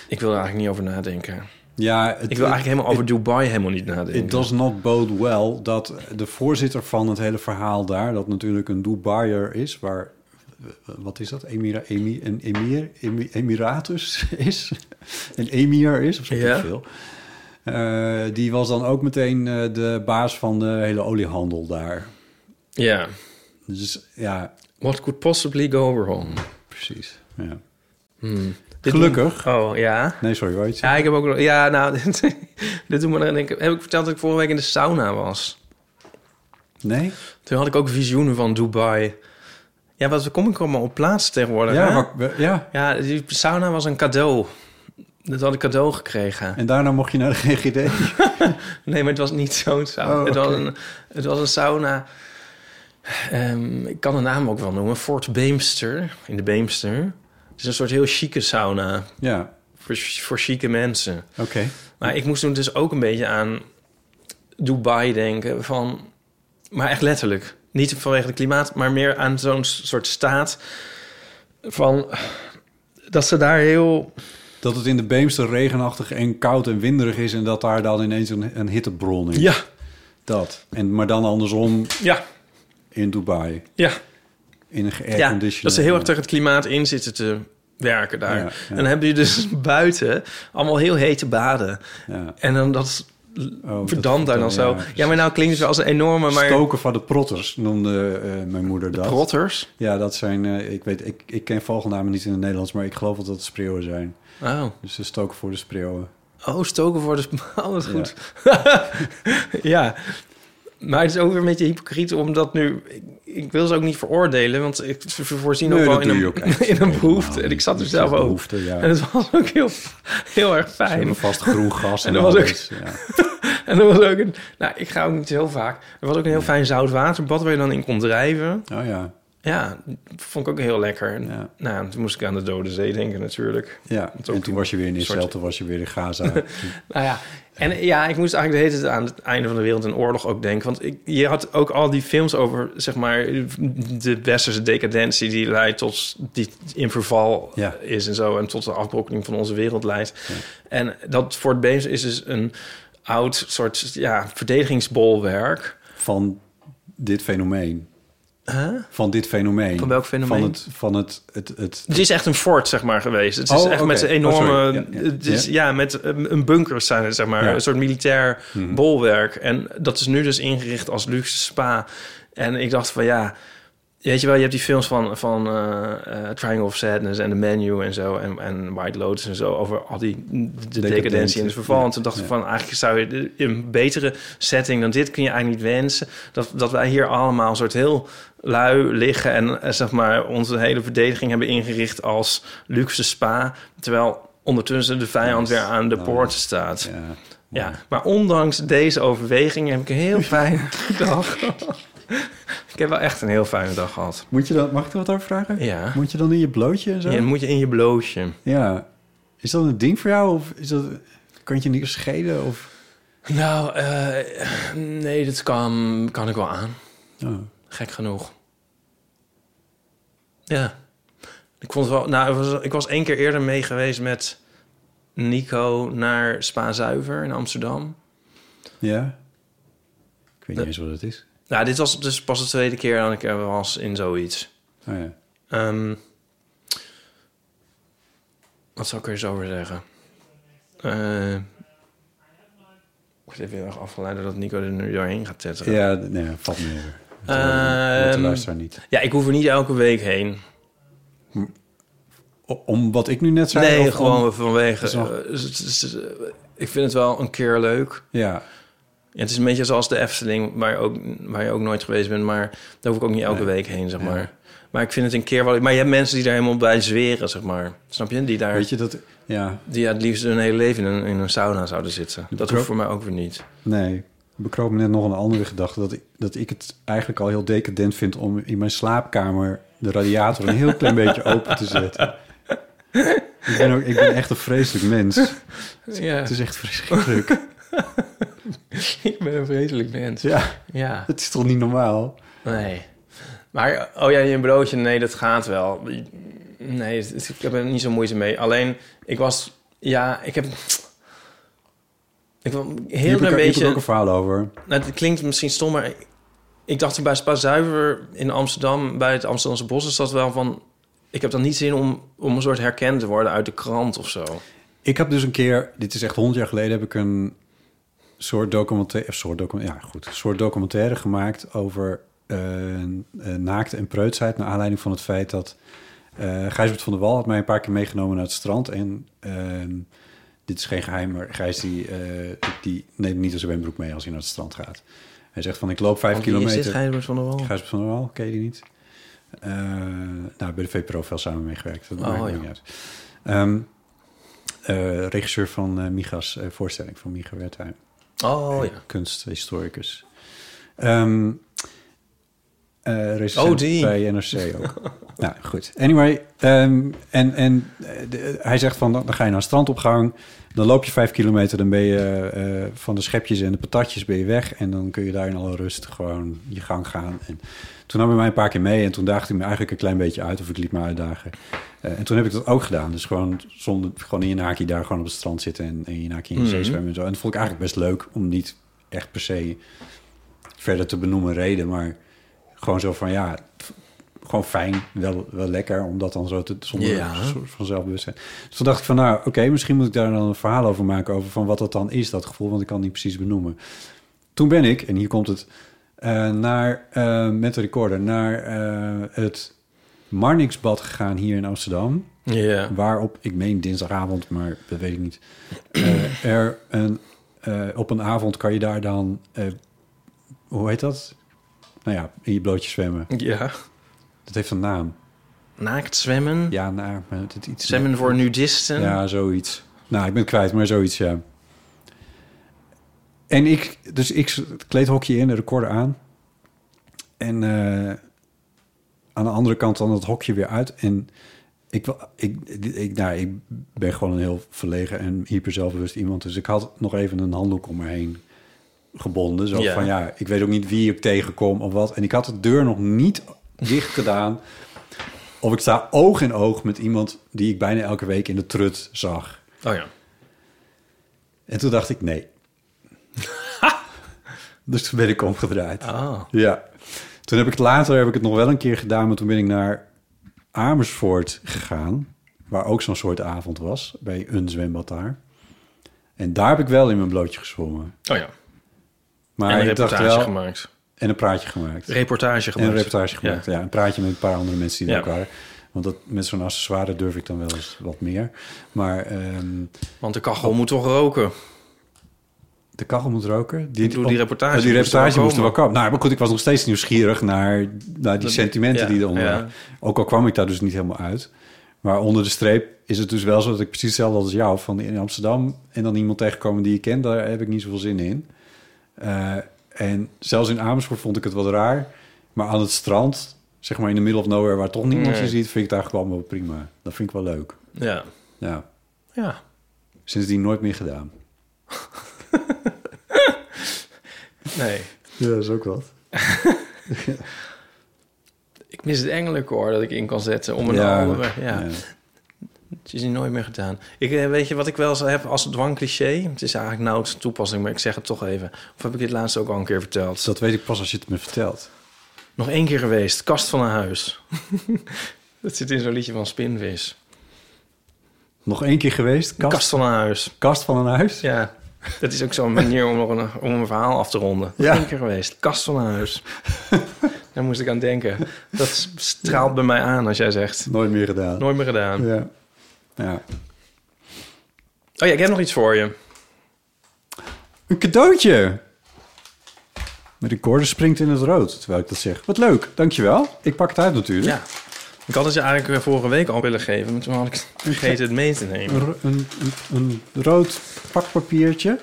Speaker 3: ik wil er eigenlijk niet over nadenken.
Speaker 2: Ja, het,
Speaker 3: Ik wil eigenlijk helemaal over Dubai helemaal niet nadenken.
Speaker 2: It does not bode well dat de voorzitter van het hele verhaal daar, dat natuurlijk een Dubaier is, waar, wat is dat, Emira, Emi, een Emir, Emi- Emiratus is, een Emir is, of zo
Speaker 3: Ja.
Speaker 2: veel. Eh, die was dan ook meteen eh, de baas van de hele oliehandel daar.
Speaker 3: Ja,
Speaker 2: Dus ja,
Speaker 3: what could possibly go wrong?
Speaker 2: precies. Ja.
Speaker 3: Dit-
Speaker 2: Gelukkig.
Speaker 3: Oh, ja.
Speaker 2: Nee, sorry, hoor.
Speaker 3: Ja, ik heb ook nog... Ja, nou, dit, dit doet me dan denken... Heb ik verteld dat ik vorige week in de sauna was?
Speaker 2: Nee?
Speaker 3: Toen had ik ook visioenen van Dubai. Ja, wat kom ik allemaal op plaatsen tegenwoordig?
Speaker 2: Ja,
Speaker 3: hè?
Speaker 2: maar- ja.
Speaker 3: ja, die sauna was een cadeau. Dat had ik cadeau gekregen.
Speaker 2: En daarna mocht je naar de GGD.
Speaker 3: Nee, maar het was niet zo'n sauna.
Speaker 2: Oh,
Speaker 3: het, was
Speaker 2: oké.
Speaker 3: een, het was een sauna... ehm, ik kan de naam ook wel noemen. Fort Beemster, in de Beemster. Het is een soort heel chique sauna
Speaker 2: Ja,
Speaker 3: voor, voor chique mensen.
Speaker 2: oké.
Speaker 3: Maar ik moest toen dus ook een beetje aan Dubai denken. Van, maar echt letterlijk. Niet vanwege het klimaat, maar meer aan zo'n soort staat. Van dat ze daar heel.
Speaker 2: Dat het in de Beemster regenachtig en koud en winderig is... en dat daar dan ineens een, een hittebron is.
Speaker 3: Ja,
Speaker 2: Dat. En, maar dan andersom
Speaker 3: ja,
Speaker 2: in Dubai.
Speaker 3: ja.
Speaker 2: In een
Speaker 3: ja.
Speaker 2: geairconditioned...
Speaker 3: Dat ze heel erg tegen het klimaat in zitten te werken daar.
Speaker 2: Ja, ja.
Speaker 3: En dan heb je dus buiten allemaal heel hete baden.
Speaker 2: Ja.
Speaker 3: En dan dat
Speaker 2: Oh,
Speaker 3: verdampt daar dan
Speaker 2: dat-
Speaker 3: zo.
Speaker 2: ja,
Speaker 3: Ja,
Speaker 2: precies.
Speaker 3: maar nou klinkt het wel als een enorme. Maar...
Speaker 2: Stoken van de protters, noemde eh, mijn moeder dat.
Speaker 3: Rotters.
Speaker 2: Ja, dat zijn... eh, ik, weet, ik, ik ken vogelnamen niet in het Nederlands... maar ik geloof dat dat spreeuwen zijn.
Speaker 3: Oh.
Speaker 2: Dus ze stoken voor de spreeuwen.
Speaker 3: Oh, stoken voor de sp- Oh, wat goed. Ja. Maar het is ook weer een beetje hypocriet, omdat nu... Ik, ik wil ze ook niet veroordelen, want ik ze voorzien
Speaker 2: Nee,
Speaker 3: ook wel
Speaker 2: dat
Speaker 3: in
Speaker 2: doe
Speaker 3: een,
Speaker 2: je ook echt
Speaker 3: in een
Speaker 2: helemaal
Speaker 3: behoefte. En
Speaker 2: niet.
Speaker 3: ik zat er
Speaker 2: Het is een
Speaker 3: zelf ook.
Speaker 2: behoefte, ja.
Speaker 3: En het was ook heel, heel erg
Speaker 2: Ze
Speaker 3: fijn.
Speaker 2: hebben vast groen gas en,
Speaker 3: En dat was
Speaker 2: alles. Ja.
Speaker 3: En er was ook een... Nou, ik ga ook niet heel vaak. Er was ook een heel fijn zoutwaterbad waar je dan in kon drijven.
Speaker 2: Oh ja,
Speaker 3: Ja, vond ik ook heel lekker. En,
Speaker 2: Ja.
Speaker 3: Nou, toen moest ik aan de Dode Zee denken natuurlijk.
Speaker 2: ja.
Speaker 3: Want ook
Speaker 2: En toen was je weer in
Speaker 3: een soort-
Speaker 2: Israël, toen was je weer in Gaza.
Speaker 3: Nou ja, en ja, ik moest eigenlijk de hele tijd aan het einde van de wereld en oorlog ook denken. Want ik, je had ook al die films over, zeg maar, de westerse decadentie die leidt tot, die in verval
Speaker 2: Ja.
Speaker 3: is en zo. En tot de afbrokkeling van onze wereld leidt. En dat Fort Beams is dus een oud soort, ja, verdedigingsbolwerk.
Speaker 2: van dit fenomeen. Van dit fenomeen.
Speaker 3: Van welk fenomeen?
Speaker 2: Van het, van het, het, het
Speaker 3: Het is echt een fort, zeg maar, geweest. Het is
Speaker 2: Oh,
Speaker 3: echt met
Speaker 2: oké.
Speaker 3: een enorme...
Speaker 2: Oh, sorry. Ja, ja.
Speaker 3: het is,
Speaker 2: Ja?
Speaker 3: ja. met een een bunker zijn het, zeg maar.
Speaker 2: Ja. Mhm.
Speaker 3: Een soort militair bolwerk. En dat is nu dus ingericht als luxe spa. En ik dacht van, ja... Weet je wel, je hebt die films van, van eh, eh, Triangle of Sadness en The Menu en zo... en, en White Lotus en zo, over al die de decadentie en het verval.
Speaker 2: Ja,
Speaker 3: En toen dacht
Speaker 2: ja.
Speaker 3: ik van, eigenlijk zou je een betere setting dan dit... kun je eigenlijk niet wensen. Dat, dat wij hier allemaal een soort heel lui liggen... en eh, zeg maar onze hele verdediging hebben ingericht als luxe spa... terwijl ondertussen de vijand weer aan de poort staat. Ja.
Speaker 2: Oh, ja.
Speaker 3: maar ondanks deze overweging heb ik een heel fijne dag. ik heb wel echt een heel fijne dag gehad.
Speaker 2: Moet je dan, mag ik er wat over vragen?
Speaker 3: Ja.
Speaker 2: Moet je dan in je blootje en zo?
Speaker 3: Ja, dan moet je in je blootje.
Speaker 2: Ja. Is dat een ding voor jou? Of is dat, kan het je niet schelen? Of,
Speaker 3: Nou, eh, nee, dat kan, kan ik wel aan.
Speaker 2: oh.
Speaker 3: Gek genoeg. Ja. Ik vond het wel... Nou, het was- ik was één keer eerder mee geweest met Nico naar Spa Zuiver in Amsterdam.
Speaker 2: Ja. Ik weet niet
Speaker 3: Nee.
Speaker 2: eens wat het is.
Speaker 3: Nou, dit was dus pas de tweede keer dat ik er was in zoiets.
Speaker 2: Oh, ja.
Speaker 3: Ehm, wat zou ik er eens over zeggen? Eh, ik word even heel erg afgeleid doordat Nico er nu doorheen gaat tetteren.
Speaker 2: ja, nee, valt me over.
Speaker 3: Ehm,
Speaker 2: de luisteraar niet.
Speaker 3: ja, ik hoef er niet elke week heen.
Speaker 2: O- Om wat ik nu net zei?
Speaker 3: Nee,
Speaker 2: of om-
Speaker 3: gewoon vanwege.
Speaker 2: is nog-
Speaker 3: eh, z- z- z- ik vind het wel een keer leuk.
Speaker 2: Ja,
Speaker 3: Ja, het is een beetje zoals de Efteling, waar, ook, waar je ook nooit geweest bent. Maar daar hoef ik ook niet elke week heen, zeg maar. Maar ik vind het een keer wel... Maar je hebt mensen die daar helemaal bij zweren, zeg maar. Snap je? Die daar...
Speaker 2: Weet je dat? Ja,
Speaker 3: Die het liefst hun hele leven in een, in een sauna zouden zitten. Dat hoeft voor mij ook weer niet.
Speaker 2: nee. Ik Bekroop me net nog een andere gedachte. Dat ik, dat ik het eigenlijk al heel decadent vind om in mijn slaapkamer de radiator een heel klein beetje open te zetten. Ik ben, ook, ik ben echt een vreselijk mens.
Speaker 3: Ja,
Speaker 2: Het is echt verschrikkelijk.
Speaker 3: ik ben een vreselijk mens. Ja.
Speaker 2: Ja, het is toch niet normaal?
Speaker 3: nee. Maar, oh ja, je broodje, nee, dat gaat wel. Nee, het- het- ik heb er niet zo moeite mee. Alleen, ik was, ja, ik heb... Ik wil
Speaker 2: Hier
Speaker 3: heel
Speaker 2: heb ik-
Speaker 3: een
Speaker 2: hier heb ik
Speaker 3: beetje...
Speaker 2: ook een verhaal over.
Speaker 3: Nou, het klinkt misschien stom, maar ik, ik dacht bij Spa Zuiver in Amsterdam, bij het Amsterdamse Bos, is dat wel van... Ik heb dan niet zin om, om een soort herkend te worden uit de krant of zo.
Speaker 2: Ik heb dus een keer, dit is echt honderd jaar geleden, heb ik een soort documentaire, soort documentaire, ja goed, een soort documentaire gemaakt over eh eh, naakt en preutsheid. Naar aanleiding van het feit dat eh Gijsbert van der Wal had mij een paar keer meegenomen naar het strand. En ehm, dit is geen geheim, maar Gijs die, eh, die neemt niet zijn zwembroek mee als hij naar het strand gaat. Hij zegt van ik loop vijf
Speaker 3: Want wie
Speaker 2: kilometer.
Speaker 3: is dit Gijsbert van der Wal?
Speaker 2: Gijsbert van der Wal, ken je die niet? Eh, nou, bij de VPRO veel samen meegewerkt. Dat
Speaker 3: Oh,
Speaker 2: maakt me
Speaker 3: ja.
Speaker 2: niet uit. Ehm, eh, regisseur van eh, Miga's eh, voorstelling van Miga Wertheim.
Speaker 3: Oh ja.
Speaker 2: Kunsthistoricus. Ehm eh, recensent
Speaker 3: Oh, die.
Speaker 2: Bij NRC ook. nou, goed. Anyway, ehm, en, en eh, de- hij zegt van, dan dan ga je naar een strandopgang. Dan loop je vijf kilometer, dan ben je eh, van de schepjes en de patatjes ben je weg. En dan kun je daar in alle rust gewoon je gang gaan. En toen nam hij mij een paar keer mee en toen daagde hij me eigenlijk een klein beetje uit. Of ik liet me uitdagen. Eh, en toen heb ik dat ook gedaan. Dus gewoon, zonder, gewoon in je naakie daar gewoon op het strand zitten. En, en je naakie in
Speaker 3: Mhm.
Speaker 2: de zee zwemmen en zo. En dat vond ik eigenlijk best leuk om niet echt per se verder te benoemen reden, maar gewoon zo van ja, f- gewoon fijn, wel, wel lekker om dat dan zo te zonder
Speaker 3: Ja.
Speaker 2: een soort van zelfbewustzijn. Dus toen dacht ik van nou, oké, misschien moet ik daar dan een verhaal over maken over van wat dat dan is dat gevoel, want ik kan het niet precies benoemen. Toen ben ik en hier komt het eh, naar eh, met de recorder naar eh, het Marnixbad gegaan hier in Amsterdam.
Speaker 3: Ja.
Speaker 2: Waarop, ik meen dinsdagavond, maar dat weet ik niet. eh, er een, eh, op een avond kan je daar dan, eh, hoe heet dat? Nou ja, in je blootje zwemmen.
Speaker 3: Ja.
Speaker 2: Dat heeft een naam.
Speaker 3: Naakt zwemmen.
Speaker 2: Ja, naar, maar het is iets.
Speaker 3: Zwemmen voor nudisten.
Speaker 2: Ja, zoiets. Nou, ik ben het kwijt, maar zoiets, ja. En ik, dus ik s- het kleedhokje in, de recorder aan. En eh, aan de andere kant dan het hokje weer uit. En ik, wil- ik, ik, nou, ik ben gewoon een heel verlegen en hyper zelfbewust iemand. Dus ik had nog even een handdoek om me heen gebonden. Zo
Speaker 3: Ja.
Speaker 2: van, ja, ik weet ook niet wie ik tegenkom of wat. En ik had de deur nog niet dicht gedaan. Of ik sta oog in oog met iemand die ik bijna elke week in de trut zag.
Speaker 3: Oh ja.
Speaker 2: En toen dacht ik, nee. dus toen ben ik omgedraaid.
Speaker 3: Oh.
Speaker 2: Ja. Toen heb ik het later heb ik het nog wel een keer gedaan, maar toen ben ik naar Amersfoort gegaan, waar ook zo'n soort avond was bij een zwembad daar. En daar heb ik wel in mijn blootje gezwommen.
Speaker 3: Oh ja.
Speaker 2: Maar
Speaker 3: en een
Speaker 2: ik dacht
Speaker 3: reportage
Speaker 2: wel
Speaker 3: gemaakt.
Speaker 2: en een praatje gemaakt.
Speaker 3: Reportage
Speaker 2: en
Speaker 3: gemaakt.
Speaker 2: een reportage gemaakt. Ja. een praatje met een paar andere mensen die daar
Speaker 3: Ja.
Speaker 2: ook waren. Want dat, met zo'n accessoire durf ik dan wel eens wat meer. Maar ehm,
Speaker 3: Want de kachel moet toch roken?
Speaker 2: De kachel moet roken.
Speaker 3: Ik bedoel, die reportage
Speaker 2: Oh, Die
Speaker 3: moest er
Speaker 2: reportage
Speaker 3: wel
Speaker 2: moest er wel
Speaker 3: komen.
Speaker 2: komen. Nou, maar goed, ik was nog steeds nieuwsgierig naar, naar die
Speaker 3: Dat-
Speaker 2: sentimenten
Speaker 3: ja,
Speaker 2: die eronder
Speaker 3: ja.
Speaker 2: waren. Ook al kwam ik daar dus niet helemaal uit. Maar onder de streep is het dus wel zo dat ik precies hetzelfde als jou... van in Amsterdam en dan iemand tegenkomen die je kent... daar heb ik niet zoveel zin in. Eh, en zelfs in Amersfoort vond ik het wat raar. Maar aan het strand, zeg maar in de middle of nowhere... waar toch niemand
Speaker 3: Nee.
Speaker 2: je ziet, vind ik daar gewoon wel prima. Dat vind ik wel leuk.
Speaker 3: Ja.
Speaker 2: Ja,
Speaker 3: Ja.
Speaker 2: sindsdien nooit meer gedaan.
Speaker 3: Nee.
Speaker 2: Ja, dat is ook wat.
Speaker 3: Ik mis het engelijke hoor dat ik in kan zetten om een andere. Ja. Het is niet nooit meer gedaan. Ik, eh, weet je wat ik wel eens heb als dwangcliché? Het is eigenlijk nauwelijks een toepassing, maar ik zeg het toch even. Of heb ik dit laatst ook al een keer verteld?
Speaker 2: Dus dat weet ik pas als je het me vertelt.
Speaker 3: Nog één keer geweest. Kast van een huis. dat zit in zo'n liedje van Spinvis.
Speaker 2: Nog één keer geweest. Kast,
Speaker 3: Kast van een huis.
Speaker 2: kast van een huis.
Speaker 3: Ja, dat is ook zo'n manier om, nog een, om een verhaal af te ronden.
Speaker 2: Ja.
Speaker 3: Eén keer geweest, kast van een huis. Daar moest ik aan denken. Dat straalt bij mij aan als jij zegt.
Speaker 2: Nooit meer gedaan.
Speaker 3: Nooit meer gedaan.
Speaker 2: Ja. ja.
Speaker 3: Oh ja, ik heb nog iets voor je.
Speaker 2: Een cadeautje. Mijn recorder springt in het rood, terwijl ik dat zeg. Wat leuk, dankjewel. Ik pak het uit natuurlijk.
Speaker 3: Ja. Ik had het je eigenlijk eh, vorige week al willen geven, maar toen had ik het vergeten het mee te nemen.
Speaker 2: Een, ro- een, een, een rood pakpapiertje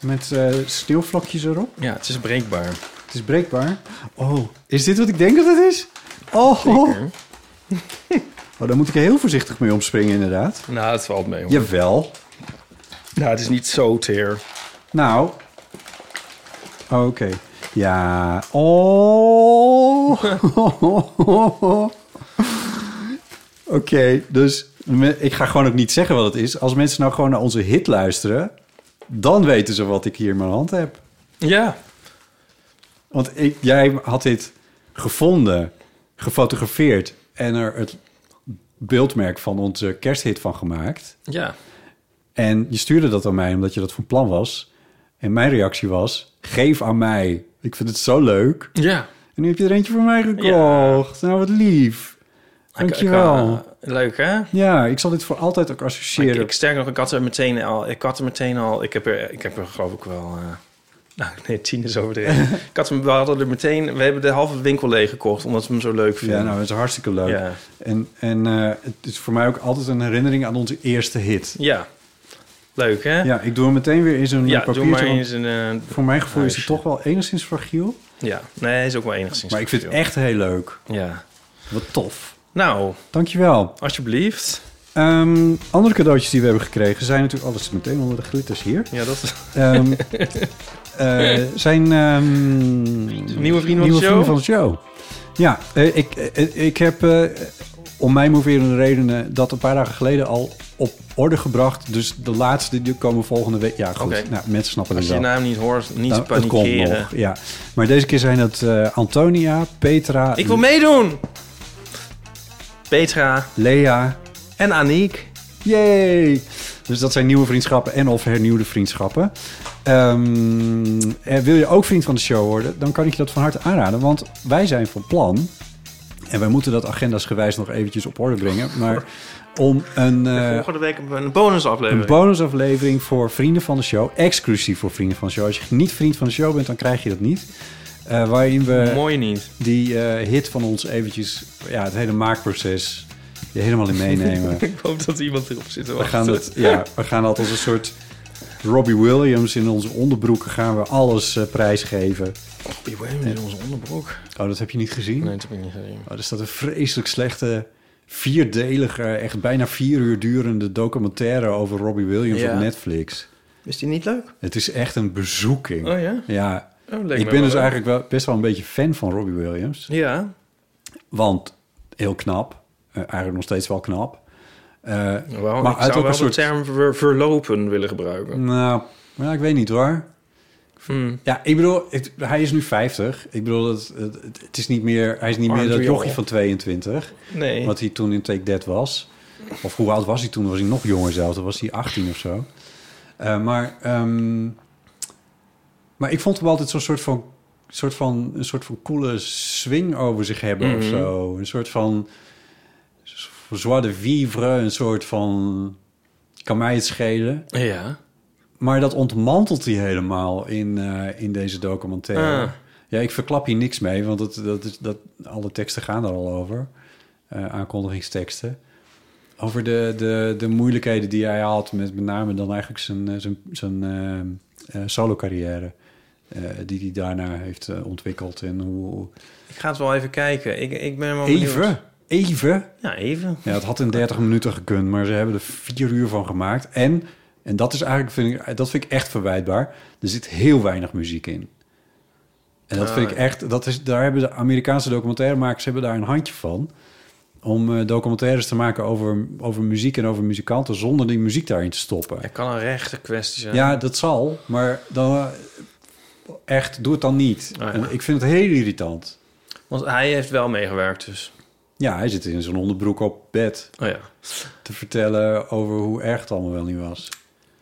Speaker 2: met eh sneeuwvlokjes erop.
Speaker 3: Ja, het is breekbaar.
Speaker 2: Het is breekbaar. Oh, is dit wat ik denk dat het is? Oh, oh.
Speaker 3: Zeker.
Speaker 2: daar moet ik heel voorzichtig mee omspringen inderdaad.
Speaker 3: Nou, het valt mee. Hoor.
Speaker 2: Jawel.
Speaker 3: Nou, het is niet zo teer.
Speaker 2: Nou. Oké. Ja. Oh. Oké, dus me- ik ga gewoon ook niet zeggen wat het is. Als mensen nou gewoon naar onze hit luisteren, dan weten ze wat ik hier in mijn hand heb.
Speaker 3: Ja.
Speaker 2: Want ik, jij had dit gevonden, gefotografeerd en er het beeldmerk van onze kersthit van gemaakt.
Speaker 3: Ja.
Speaker 2: En je stuurde dat aan mij omdat je dat van plan was. En mijn reactie was: geef aan mij. Ik vind het zo leuk.
Speaker 3: Ja.
Speaker 2: En nu heb je er eentje voor mij gekocht. Nou, wat lief. Dankjewel.
Speaker 3: Ik, eh, leuk, hè?
Speaker 2: Ja, ik zal dit voor altijd ook
Speaker 3: Ik,
Speaker 2: associëren.
Speaker 3: ik, sterker nog, ik had er meteen al... Ik had er meteen al... Ik heb er, ik heb er geloof ik wel... eh, nou, nee, tien is overdreven. ik had hem, we hadden er meteen... We hebben de halve winkel leeg gekocht, omdat we hem zo leuk vinden.
Speaker 2: ja, nou, dat is hartstikke leuk.
Speaker 3: Ja.
Speaker 2: En, en eh, het is voor mij ook altijd een herinnering aan onze eerste hit.
Speaker 3: Ja. Leuk, hè?
Speaker 2: Ja, ik doe hem meteen weer in zo'n
Speaker 3: Ja,
Speaker 2: papiertje.
Speaker 3: doe maar
Speaker 2: want
Speaker 3: eens een... eh,
Speaker 2: Voor mijn gevoel is het toch
Speaker 3: huisje.
Speaker 2: wel enigszins fragiel.
Speaker 3: Ja. Nee, hij is ook wel enigszins...
Speaker 2: Maar ik vind het
Speaker 3: actueel.
Speaker 2: echt heel leuk.
Speaker 3: Ja.
Speaker 2: Wat tof.
Speaker 3: Nou,
Speaker 2: Dankjewel.
Speaker 3: alsjeblieft.
Speaker 2: Ehm andere cadeautjes die we hebben gekregen zijn natuurlijk... alles meteen onder de glitters hier.
Speaker 3: Ja, dat...
Speaker 2: Ehm, eh, zijn ehm,
Speaker 3: Nieuwe vrienden van de show?
Speaker 2: vrienden van de show. Ja, eh, ik, eh, ik heb eh, om mij moverende redenen dat een paar dagen geleden al op orde gebracht. Dus de laatste die komen volgende week. Ja, goed.
Speaker 3: Oké.
Speaker 2: Nou, mensen snappen
Speaker 3: Als
Speaker 2: het
Speaker 3: je je
Speaker 2: wel.
Speaker 3: naam niet hoort, niet
Speaker 2: Nou, het komt
Speaker 3: panikeren.
Speaker 2: nog, ja. Maar deze keer zijn het eh, Antonia, Petra,
Speaker 3: Ik wil meedoen! Petra
Speaker 2: Lea.
Speaker 3: en Aniek.
Speaker 2: Yay! Dus dat zijn nieuwe vriendschappen en of hernieuwde vriendschappen. Ehm, en wil je ook vriend van de show worden? Dan kan ik je dat van harte aanraden. Want wij zijn van plan... en wij moeten dat agendasgewijs nog eventjes op orde brengen... maar om een, eh,
Speaker 3: Volgende week hebben we een
Speaker 2: een
Speaker 3: bonusaflevering.
Speaker 2: bonusaflevering voor vrienden van de show... exclusief voor vrienden van de show. Als je niet vriend van de show bent, dan krijg je dat niet. Eh, waarin we
Speaker 3: Mooi niet.
Speaker 2: die eh, hit van ons eventjes... Ja, het hele maakproces je helemaal in meenemen...
Speaker 3: Ik hoop dat iemand erop zit te
Speaker 2: We
Speaker 3: wachten.
Speaker 2: gaan, het, ja, we gaan dat als een soort Robbie Williams in onze onderbroeken gaan we alles eh, prijsgeven.
Speaker 3: Robbie Williams in onze onderbroek.
Speaker 2: Oh, dat heb je niet gezien?
Speaker 3: Nee, dat heb ik niet gezien.
Speaker 2: Oh, er staat een vreselijk slechte, vierdelige, echt bijna vier uur durende documentaire over Robbie Williams
Speaker 3: Ja.
Speaker 2: op Netflix.
Speaker 3: Is die niet leuk?
Speaker 2: Het is echt een bezoeking.
Speaker 3: Oh ja?
Speaker 2: Ja,
Speaker 3: Oh, leek
Speaker 2: ik
Speaker 3: me
Speaker 2: ben
Speaker 3: wel
Speaker 2: dus
Speaker 3: leuk.
Speaker 2: eigenlijk wel, best wel een beetje fan van Robbie Williams.
Speaker 3: Ja.
Speaker 2: Want heel knap, Eh, eigenlijk nog steeds wel knap. Eh,
Speaker 3: Wel,
Speaker 2: maar uit
Speaker 3: ik zou
Speaker 2: ook
Speaker 3: wel
Speaker 2: een
Speaker 3: de
Speaker 2: soort...
Speaker 3: term ver- verlopen willen gebruiken.
Speaker 2: Nou, nou, ik weet niet hoor.
Speaker 3: Hmm.
Speaker 2: Ja, ik bedoel, het- hij is nu 50. Ik bedoel, het, het, het is niet meer, hij is niet
Speaker 3: Arm
Speaker 2: meer dat
Speaker 3: Oh, doe je
Speaker 2: jochie
Speaker 3: al.
Speaker 2: van 22.
Speaker 3: Nee.
Speaker 2: Wat hij toen in Take That was. Of hoe oud was hij toen? Was hij nog jonger zelf? Dan was hij 18 of zo. Eh, maar, ehm, maar ik vond hem altijd zo'n soort van, soort van... een soort van coole swing over zich hebben of
Speaker 3: Mhm.
Speaker 2: zo. Een soort van joie de vivre. Een soort van... kan mij het schelen.
Speaker 3: Ja.
Speaker 2: Maar dat ontmantelt hij helemaal in, eh, in deze documentaire.
Speaker 3: Ah.
Speaker 2: Ja, ik verklap hier niks mee, want dat, dat is, dat, alle teksten gaan er al over. Eh, aankondigingsteksten. Over de, de, de moeilijkheden die hij had met met name dan eigenlijk zijn, eh, zijn, zijn eh, eh, solo-carrière. eh, die hij daarna heeft eh, ontwikkeld. En hoe...
Speaker 3: Ik ga het wel even kijken. Ik, ik ben wel benieuwd.
Speaker 2: Even, even
Speaker 3: Ja, even.
Speaker 2: ja, het had in 30 minuten gekund, maar ze hebben er vier uur van gemaakt. En, en dat is eigenlijk, vind ik, dat vind ik echt verwijtbaar. Er zit heel weinig muziek in. En dat vind ik echt, dat is, daar hebben de Amerikaanse documentairemakers hebben daar een handje van. Om eh, documentaires te maken over, over muziek en over muzikanten zonder die muziek daarin te stoppen.
Speaker 3: Het kan een rechte kwestie zijn.
Speaker 2: Ja, dat zal, maar dan eh, echt, doe het dan niet.
Speaker 3: Ah, ja.
Speaker 2: En ik vind het heel irritant.
Speaker 3: Want hij heeft wel meegewerkt, dus.
Speaker 2: Ja, hij zit in zijn onderbroek op bed
Speaker 3: Oh ja.
Speaker 2: te vertellen over hoe erg het allemaal wel niet was.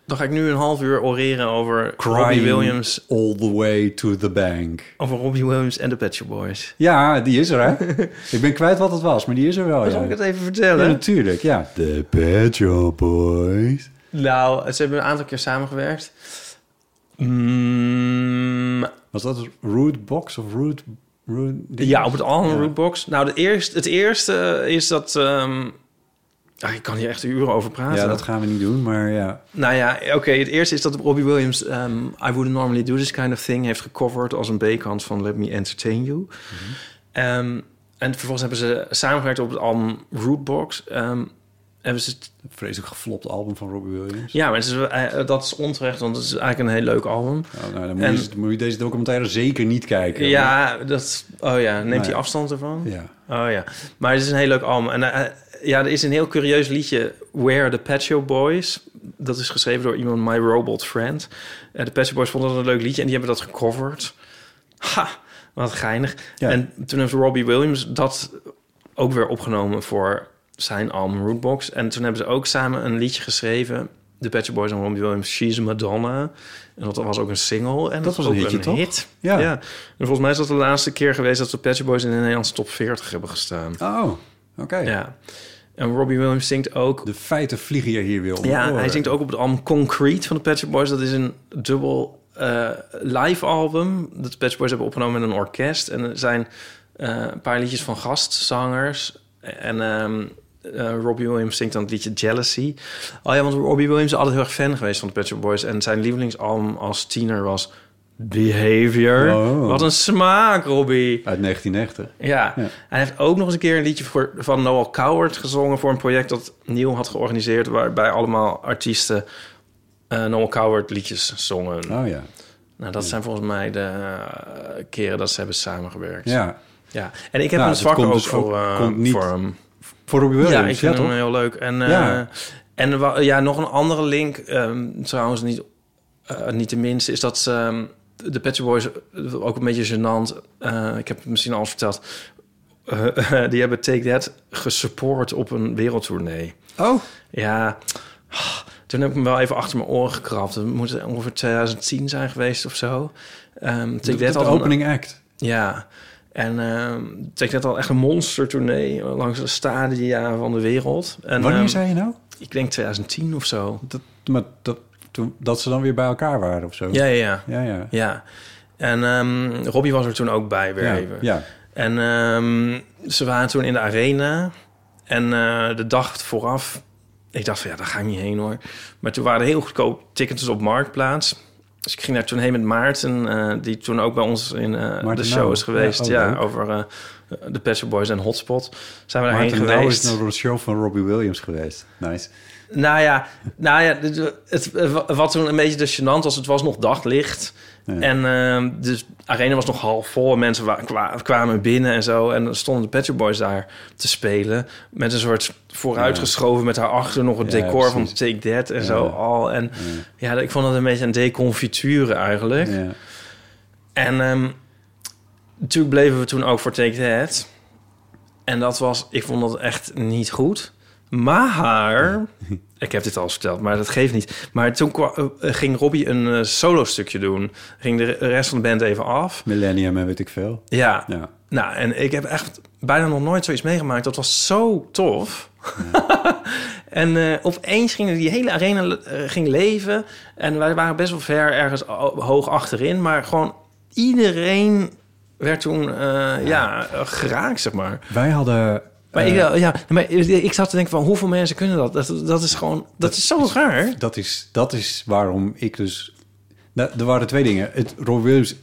Speaker 3: Dan ga ik nu een half uur oreren over Robbie
Speaker 2: Crying
Speaker 3: Williams,
Speaker 2: all the way to the bank.
Speaker 3: over Robbie Williams en de Pet Shop Boys.
Speaker 2: Ja, die is er, hè? ik ben kwijt wat het was, maar die is er wel,
Speaker 3: Maar
Speaker 2: Oh ja.
Speaker 3: Zal ik het even
Speaker 2: Ja,
Speaker 3: vertellen?
Speaker 2: natuurlijk, ja. The Pet Shop Boys.
Speaker 3: Nou, ze hebben een aantal keer samengewerkt. Mm,
Speaker 2: Was dat Rootbox of Root... root
Speaker 3: ja, op het album
Speaker 2: Ja.
Speaker 3: Rootbox. Nou, de eerste, het eerste is dat... ehm, ah, ik kan hier echt uren over praten.
Speaker 2: Ja, dat gaan we niet doen, maar ja.
Speaker 3: Nou ja, oké. het eerste is dat Robbie Williams... ehm, I Wouldn't Normally Do This Kind of Thing... heeft gecoverd als een B-kant van Let Me Entertain You.
Speaker 2: Mhm.
Speaker 3: Ehm, en vervolgens hebben ze samengewerkt op het album Rootbox. Ehm, hebben ze het-
Speaker 2: Vreselijk geflopt album van Robbie Williams.
Speaker 3: ja, maar het is, eh, dat is onterecht, want het is eigenlijk een heel leuk album.
Speaker 2: Nou, nou, dan moet,
Speaker 3: En-
Speaker 2: je, moet je deze documentaire zeker niet kijken.
Speaker 3: Ja, dat... Oh ja, neemt
Speaker 2: Nou
Speaker 3: hij
Speaker 2: ja.
Speaker 3: afstand ervan?
Speaker 2: Ja.
Speaker 3: Oh ja, maar het is een heel leuk album. En eh, ja, er is een heel curieus liedje, Where the Pet Shop Boys. Dat is geschreven door iemand, My Robot Friend. En de Pet Shop Boys vonden dat een leuk liedje en die hebben dat gecoverd. Ha, wat geinig.
Speaker 2: Ja.
Speaker 3: En toen heeft Robbie Williams dat ook weer opgenomen voor zijn album Rootbox. En toen hebben ze ook samen een liedje geschreven... De Pet Shop Boys en Robbie Williams, She's a Madonna. En dat was ook een single. En dat,
Speaker 2: was
Speaker 3: ook
Speaker 2: een hitje, toch?
Speaker 3: hit.
Speaker 2: Ja.
Speaker 3: ja. En volgens mij is dat de laatste keer geweest... dat de Pet Shop Boys in de Nederlandse top 40 hebben gestaan.
Speaker 2: Oh, oké.
Speaker 3: Ja. En Robbie Williams zingt ook...
Speaker 2: De feiten vliegen je hier weer om de
Speaker 3: ja,
Speaker 2: oren.
Speaker 3: hij zingt ook op het album Concrete van de Pet Shop Boys. Dat is een dubbel eh, live album. Dat de Pet Shop Boys hebben opgenomen met een orkest. En er zijn eh, een paar liedjes van gastzangers. En ehm, eh, Robbie Williams zingt dan het liedje Jealousy. Oh ja, want Robbie Williams is altijd heel erg fan geweest van de Pet Shop Boys. En zijn lievelingsalbum als tiener was... Behavior.
Speaker 2: Oh.
Speaker 3: Wat een smaak, Robbie.
Speaker 2: Uit 1990.
Speaker 3: Ja.
Speaker 2: Ja.
Speaker 3: en hij heeft ook nog eens een keer een liedje voor, van Noel Coward gezongen... voor een project dat Neil had georganiseerd... waarbij allemaal artiesten eh, Noel Coward liedjes zongen.
Speaker 2: Oh ja.
Speaker 3: Nou, dat zijn volgens mij de eh, keren dat ze hebben samengewerkt.
Speaker 2: Ja.
Speaker 3: Ja. En ik heb
Speaker 2: Nou,
Speaker 3: een
Speaker 2: dus het
Speaker 3: zwak
Speaker 2: komt
Speaker 3: ook
Speaker 2: dus
Speaker 3: voor,
Speaker 2: ook-
Speaker 3: eh,
Speaker 2: komt niet-
Speaker 3: voor hem.
Speaker 2: Voor Robbie
Speaker 3: Ja, ik
Speaker 2: Williams, ja,
Speaker 3: vind hem
Speaker 2: toch?
Speaker 3: heel leuk. En, eh,
Speaker 2: Ja.
Speaker 3: en wa- ja, nog een andere link, ehm, trouwens niet, eh, niet de minste, is dat ze, ehm, de Pet Shop Boys, eh, ook een beetje gênant, eh, ik heb het misschien al eens verteld, eh, die hebben Take That gesupport op een wereldtournee.
Speaker 2: Oh,
Speaker 3: Ja, toen heb ik hem wel even achter mijn oren gekrapt. Het moet ongeveer 2010 zijn geweest of zo. Ehm Take
Speaker 2: de,
Speaker 3: That
Speaker 2: de
Speaker 3: had een-
Speaker 2: opening act.
Speaker 3: ja, en ehm het net al echt een monster tournee langs de stadia van de wereld. En,
Speaker 2: Wanneer
Speaker 3: ehm,
Speaker 2: zei je nou?
Speaker 3: Ik denk 2010 of zo.
Speaker 2: Dat, maar dat, toen, dat ze dan weer bij elkaar waren of zo?
Speaker 3: Ja, ja, ja.
Speaker 2: Ja, ja.
Speaker 3: ja. En ehm Robbie was er toen ook bij weer even.
Speaker 2: ja.
Speaker 3: En ehm, ze waren toen in de arena. En eh, de dag vooraf, ik dacht van ja, daar ga ik niet heen hoor. Maar toen waren er heel goedkoop tickets op Marktplaats. Dus ik ging daar toen heen met Maarten, eh, die toen ook bij ons in eh, de
Speaker 2: Maarten
Speaker 3: show
Speaker 2: Nauw.
Speaker 3: is geweest.
Speaker 2: Ja,
Speaker 3: Ja,
Speaker 2: oh, leuk.
Speaker 3: over eh, de Pet Shop Boys en Hotspot. Zijn we daarheen
Speaker 2: Maarten Nauw is
Speaker 3: geweest.
Speaker 2: naar de show van Robbie Williams geweest. Nice.
Speaker 3: Nou ja, nou ja het, het- wat toen een beetje de gênant was, het was nog daglicht.
Speaker 2: Ja.
Speaker 3: En ehm dus de arena was nog half vol. en Mensen wa- kwa- kwamen binnen en zo. En dan stonden de Pet Shop Boys daar te spelen. Met een soort vooruitgeschoven met daarachter nog het
Speaker 2: Ja,
Speaker 3: decor van
Speaker 2: precies.
Speaker 3: Take That en
Speaker 2: Ja.
Speaker 3: zo al. En ja. ik vond dat een beetje een deconfiture eigenlijk.
Speaker 2: Ja.
Speaker 3: En ehm, natuurlijk bleven we toen ook voor Take That. En dat was, ik vond dat echt niet goed. Maar, ik heb dit al eens verteld, maar dat geeft niet. Maar toen kwa- eh, ging Robbie een eh, solo stukje doen. Ging de re- rest van de band even af.
Speaker 2: Millennium en weet ik veel.
Speaker 3: Ja.
Speaker 2: Ja.
Speaker 3: Nou, en ik heb echt bijna nog nooit zoiets meegemaakt. Dat was zo tof. en eh, opeens ging die hele arena eh, ging leven. En wij waren best wel ver ergens o- hoog achterin. Maar gewoon iedereen werd toen eh, ja. eh, geraakt, zeg maar.
Speaker 2: Wij hadden...
Speaker 3: Maar,
Speaker 2: eh,
Speaker 3: ik, ja, maar ik zat te denken van hoeveel mensen kunnen dat? Dat, dat is gewoon, dat, is zo raar.
Speaker 2: dat is, dat is waarom ik dus... Nou, er waren twee dingen. Het, Rob Williams,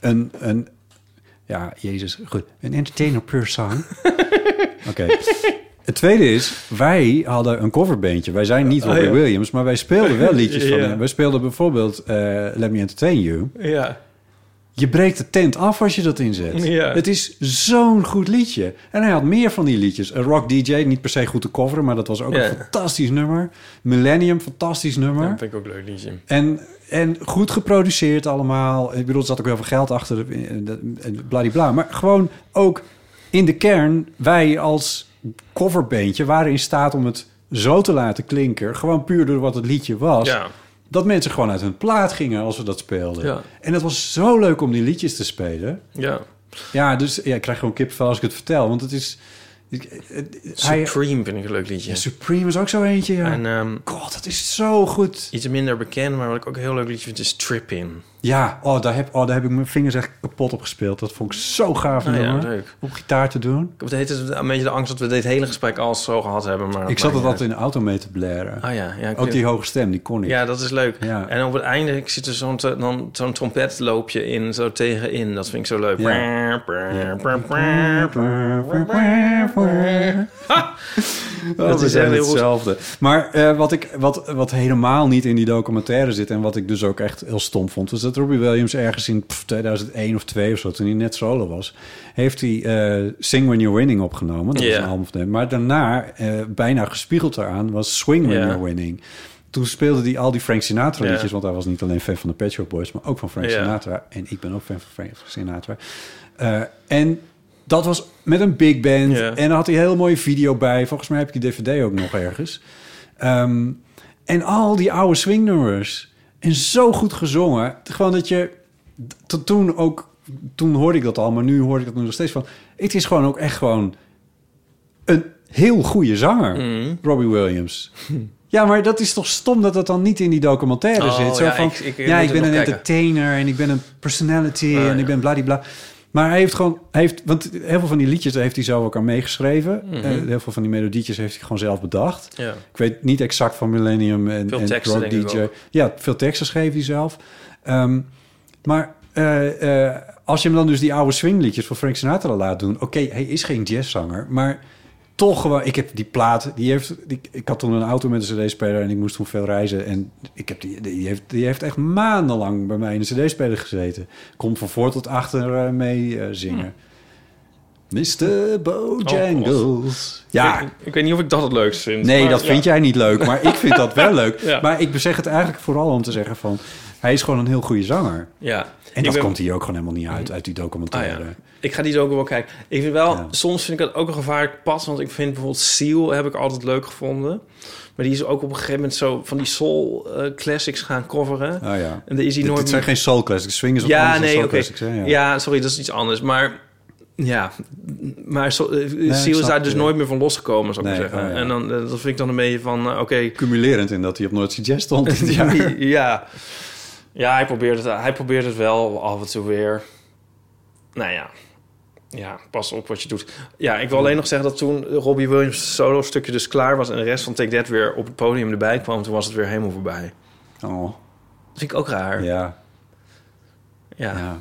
Speaker 2: een, een... Ja, jezus. Goed. Een entertainer pur sang. Oké. Het tweede is, wij hadden een coverbeentje. Wij zijn niet Robbie
Speaker 3: Oh, ja.
Speaker 2: Williams, maar wij speelden wel liedjes van
Speaker 3: Ja.
Speaker 2: hem. Wij speelden bijvoorbeeld eh, Let Me Entertain You.
Speaker 3: Ja.
Speaker 2: Je breekt de tent af als je dat inzet.
Speaker 3: Ja.
Speaker 2: Het is zo'n goed liedje. En hij had meer van die liedjes. Een rock DJ, niet per se goed te coveren, maar dat was ook
Speaker 3: Ja.
Speaker 2: een fantastisch nummer. Millennium, fantastisch nummer.
Speaker 3: Dat vind ik ook leuk liedje.
Speaker 2: En, en goed geproduceerd allemaal. Ik bedoel, er zat ook heel veel geld achter. de- en dat- en Bladibla. Maar gewoon ook in de kern... wij als coverbeentje waren in staat om het zo te laten klinken. Gewoon puur door wat het liedje was.
Speaker 3: Ja.
Speaker 2: Dat mensen gewoon uit hun plaat gingen als we dat speelden.
Speaker 3: Ja.
Speaker 2: En dat was zo leuk om die liedjes te spelen.
Speaker 3: Ja.
Speaker 2: Ja, dus ja, ik krijg gewoon kipvel als ik het vertel. Want het is... Hij,
Speaker 3: Supreme vind ik een leuk liedje.
Speaker 2: ja, Supreme is ook zo eentje, ja.
Speaker 3: En ehm,
Speaker 2: God, dat is zo goed.
Speaker 3: iets minder bekend, maar wat ik ook een heel leuk liedje vind, is Trip In.
Speaker 2: Ja, oh, daar heb, oh, daar heb ik mijn vingers echt kapot op gespeeld. Dat vond ik zo gaaf
Speaker 3: Ah, ja,
Speaker 2: nummer,
Speaker 3: leuk.
Speaker 2: om gitaar te doen.
Speaker 3: Ik heb de hele tijd een beetje de angst dat we dit hele gesprek al zo gehad hebben. Maar
Speaker 2: ik zat
Speaker 3: maar-
Speaker 2: het altijd in de auto mee te blaren.
Speaker 3: Ah ja, ja. ik
Speaker 2: ook
Speaker 3: weet-
Speaker 2: die hoge stem, die kon ik.
Speaker 3: Ja, dat is leuk.
Speaker 2: Ja.
Speaker 3: En op het einde ik zit er zo'n te- dan zo'n trompetloopje in, zo tegenin. Dat vind ik zo leuk.
Speaker 2: Ja. Oh,
Speaker 3: Dat
Speaker 2: dat
Speaker 3: is
Speaker 2: is
Speaker 3: echt
Speaker 2: echt
Speaker 3: heel goed.
Speaker 2: hetzelfde. Maar eh, wat, ik, wat, wat helemaal niet in die documentaire zit... en wat ik dus ook echt heel stom vond... was dat Robbie Williams ergens in pff, 2001 of 2 of zo... toen hij net solo was... heeft hij eh, Sing When You're Winning opgenomen. Dat is
Speaker 3: Ja.
Speaker 2: een album van hem. Maar daarna, eh, bijna gespiegeld daaraan... was Swing When
Speaker 3: Ja.
Speaker 2: You're Winning. Toen speelde hij al die Frank Sinatra liedjes...
Speaker 3: Ja.
Speaker 2: want hij was niet alleen fan van de Pet Shop Boys... maar ook van Frank
Speaker 3: Ja.
Speaker 2: Sinatra. En ik ben ook fan van Frank Sinatra. Eh, en dat was met een big band.
Speaker 3: Ja.
Speaker 2: En daar had hij een heel mooie video bij. Volgens mij heb ik die dvd ook nog ergens. Ehm, en al die oude swingnummers. En zo goed gezongen. Gewoon dat je... Tot toen ook... Toen hoorde ik dat al, maar nu hoor ik dat nog steeds van... Het is gewoon ook echt gewoon... Een heel goede zanger,
Speaker 3: Mhm.
Speaker 2: Robbie Williams. Ja, maar dat is toch stom dat dat dan niet in die documentaire
Speaker 3: Oh,
Speaker 2: zit. Zo
Speaker 3: ja,
Speaker 2: van,
Speaker 3: ik- ik moet
Speaker 2: ja,
Speaker 3: het
Speaker 2: ik ben
Speaker 3: nog
Speaker 2: een
Speaker 3: kijken.
Speaker 2: entertainer en ik ben een personality
Speaker 3: Ah,
Speaker 2: en
Speaker 3: ja.
Speaker 2: ik ben bladibla. Maar hij heeft gewoon, hij heeft, want heel veel van die liedjes heeft hij zelf ook aan meegeschreven. Eh, heel veel van die melodietjes heeft hij gewoon zelf bedacht.
Speaker 3: Ja.
Speaker 2: Ik weet niet exact van Millennium en,
Speaker 3: Veel
Speaker 2: en
Speaker 3: teksten,
Speaker 2: Rock
Speaker 3: denk ik
Speaker 2: DJ.
Speaker 3: ook.
Speaker 2: Ja, veel teksten schreef hij zelf. Ehm, maar eh, eh, als je hem dan dus die oude swingliedjes van Frank Sinatra laat doen... Oké, hij is geen jazzzanger, maar toch gewoon... Ik heb die plaat, die heeft... Die, ik had toen een auto met een cd-speler en ik moest toen veel reizen. En ik heb die, die, heeft, die heeft echt maandenlang bij mij in de cd-speler gezeten. Kon van voor tot achter eh, mee eh, zingen.
Speaker 3: Hm.
Speaker 2: Mr. Bojangles. ja,
Speaker 3: Ik, ik weet niet of ik dat het leukst vind.
Speaker 2: Nee,
Speaker 3: maar
Speaker 2: dat
Speaker 3: ja.
Speaker 2: vind jij niet leuk, maar ik vind dat wel leuk.
Speaker 3: Ja.
Speaker 2: Maar ik zeg het eigenlijk vooral om te zeggen van... hij is gewoon een heel goede zanger.
Speaker 3: Ja.
Speaker 2: En
Speaker 3: Ik
Speaker 2: dat
Speaker 3: ben-
Speaker 2: komt hier ook gewoon helemaal niet uit, uit die
Speaker 3: Ah,
Speaker 2: documentaire.
Speaker 3: ja. Ik ga die ook wel kijken. Ik vind wel,
Speaker 2: Ja.
Speaker 3: soms vind ik dat ook een gevaarlijk pad. Want ik vind bijvoorbeeld Seal heb ik altijd leuk gevonden. Maar die is ook op een gegeven moment zo van die soul eh, classics gaan coveren.
Speaker 2: Ah, ja.
Speaker 3: En daar is hij
Speaker 2: Dit,
Speaker 3: nooit
Speaker 2: dit zijn
Speaker 3: meer-
Speaker 2: geen soul classics. Swing is wat
Speaker 3: Ja,
Speaker 2: anders dan
Speaker 3: nee,
Speaker 2: soul
Speaker 3: oké.
Speaker 2: classics. hè?
Speaker 3: Ja.
Speaker 2: Ja.
Speaker 3: sorry, dat is iets anders. Maar ja, maar so, eh,
Speaker 2: ik
Speaker 3: Seal is
Speaker 2: snap
Speaker 3: daar
Speaker 2: het,
Speaker 3: dus
Speaker 2: ja.
Speaker 3: nooit meer van losgekomen, zou ik
Speaker 2: Nee,
Speaker 3: maar zeggen.
Speaker 2: oh, ja.
Speaker 3: En dan, eh, dat vind ik dan een beetje van, eh, oké,
Speaker 2: Cumulerend in dat hij op Noordse Jazz stond dit jaar.
Speaker 3: ja. Ja, hij probeert, het, hij probeert het wel af en toe weer. Nou ja. Ja, pas op wat je doet. Ja, ik wil alleen nog zeggen dat toen Robbie Williams' solo-stukje dus klaar was... en de rest van Take That weer op het podium erbij kwam... toen was het weer helemaal voorbij.
Speaker 2: Oh,
Speaker 3: Dat vind ik ook raar. Ja.
Speaker 2: ja, ja.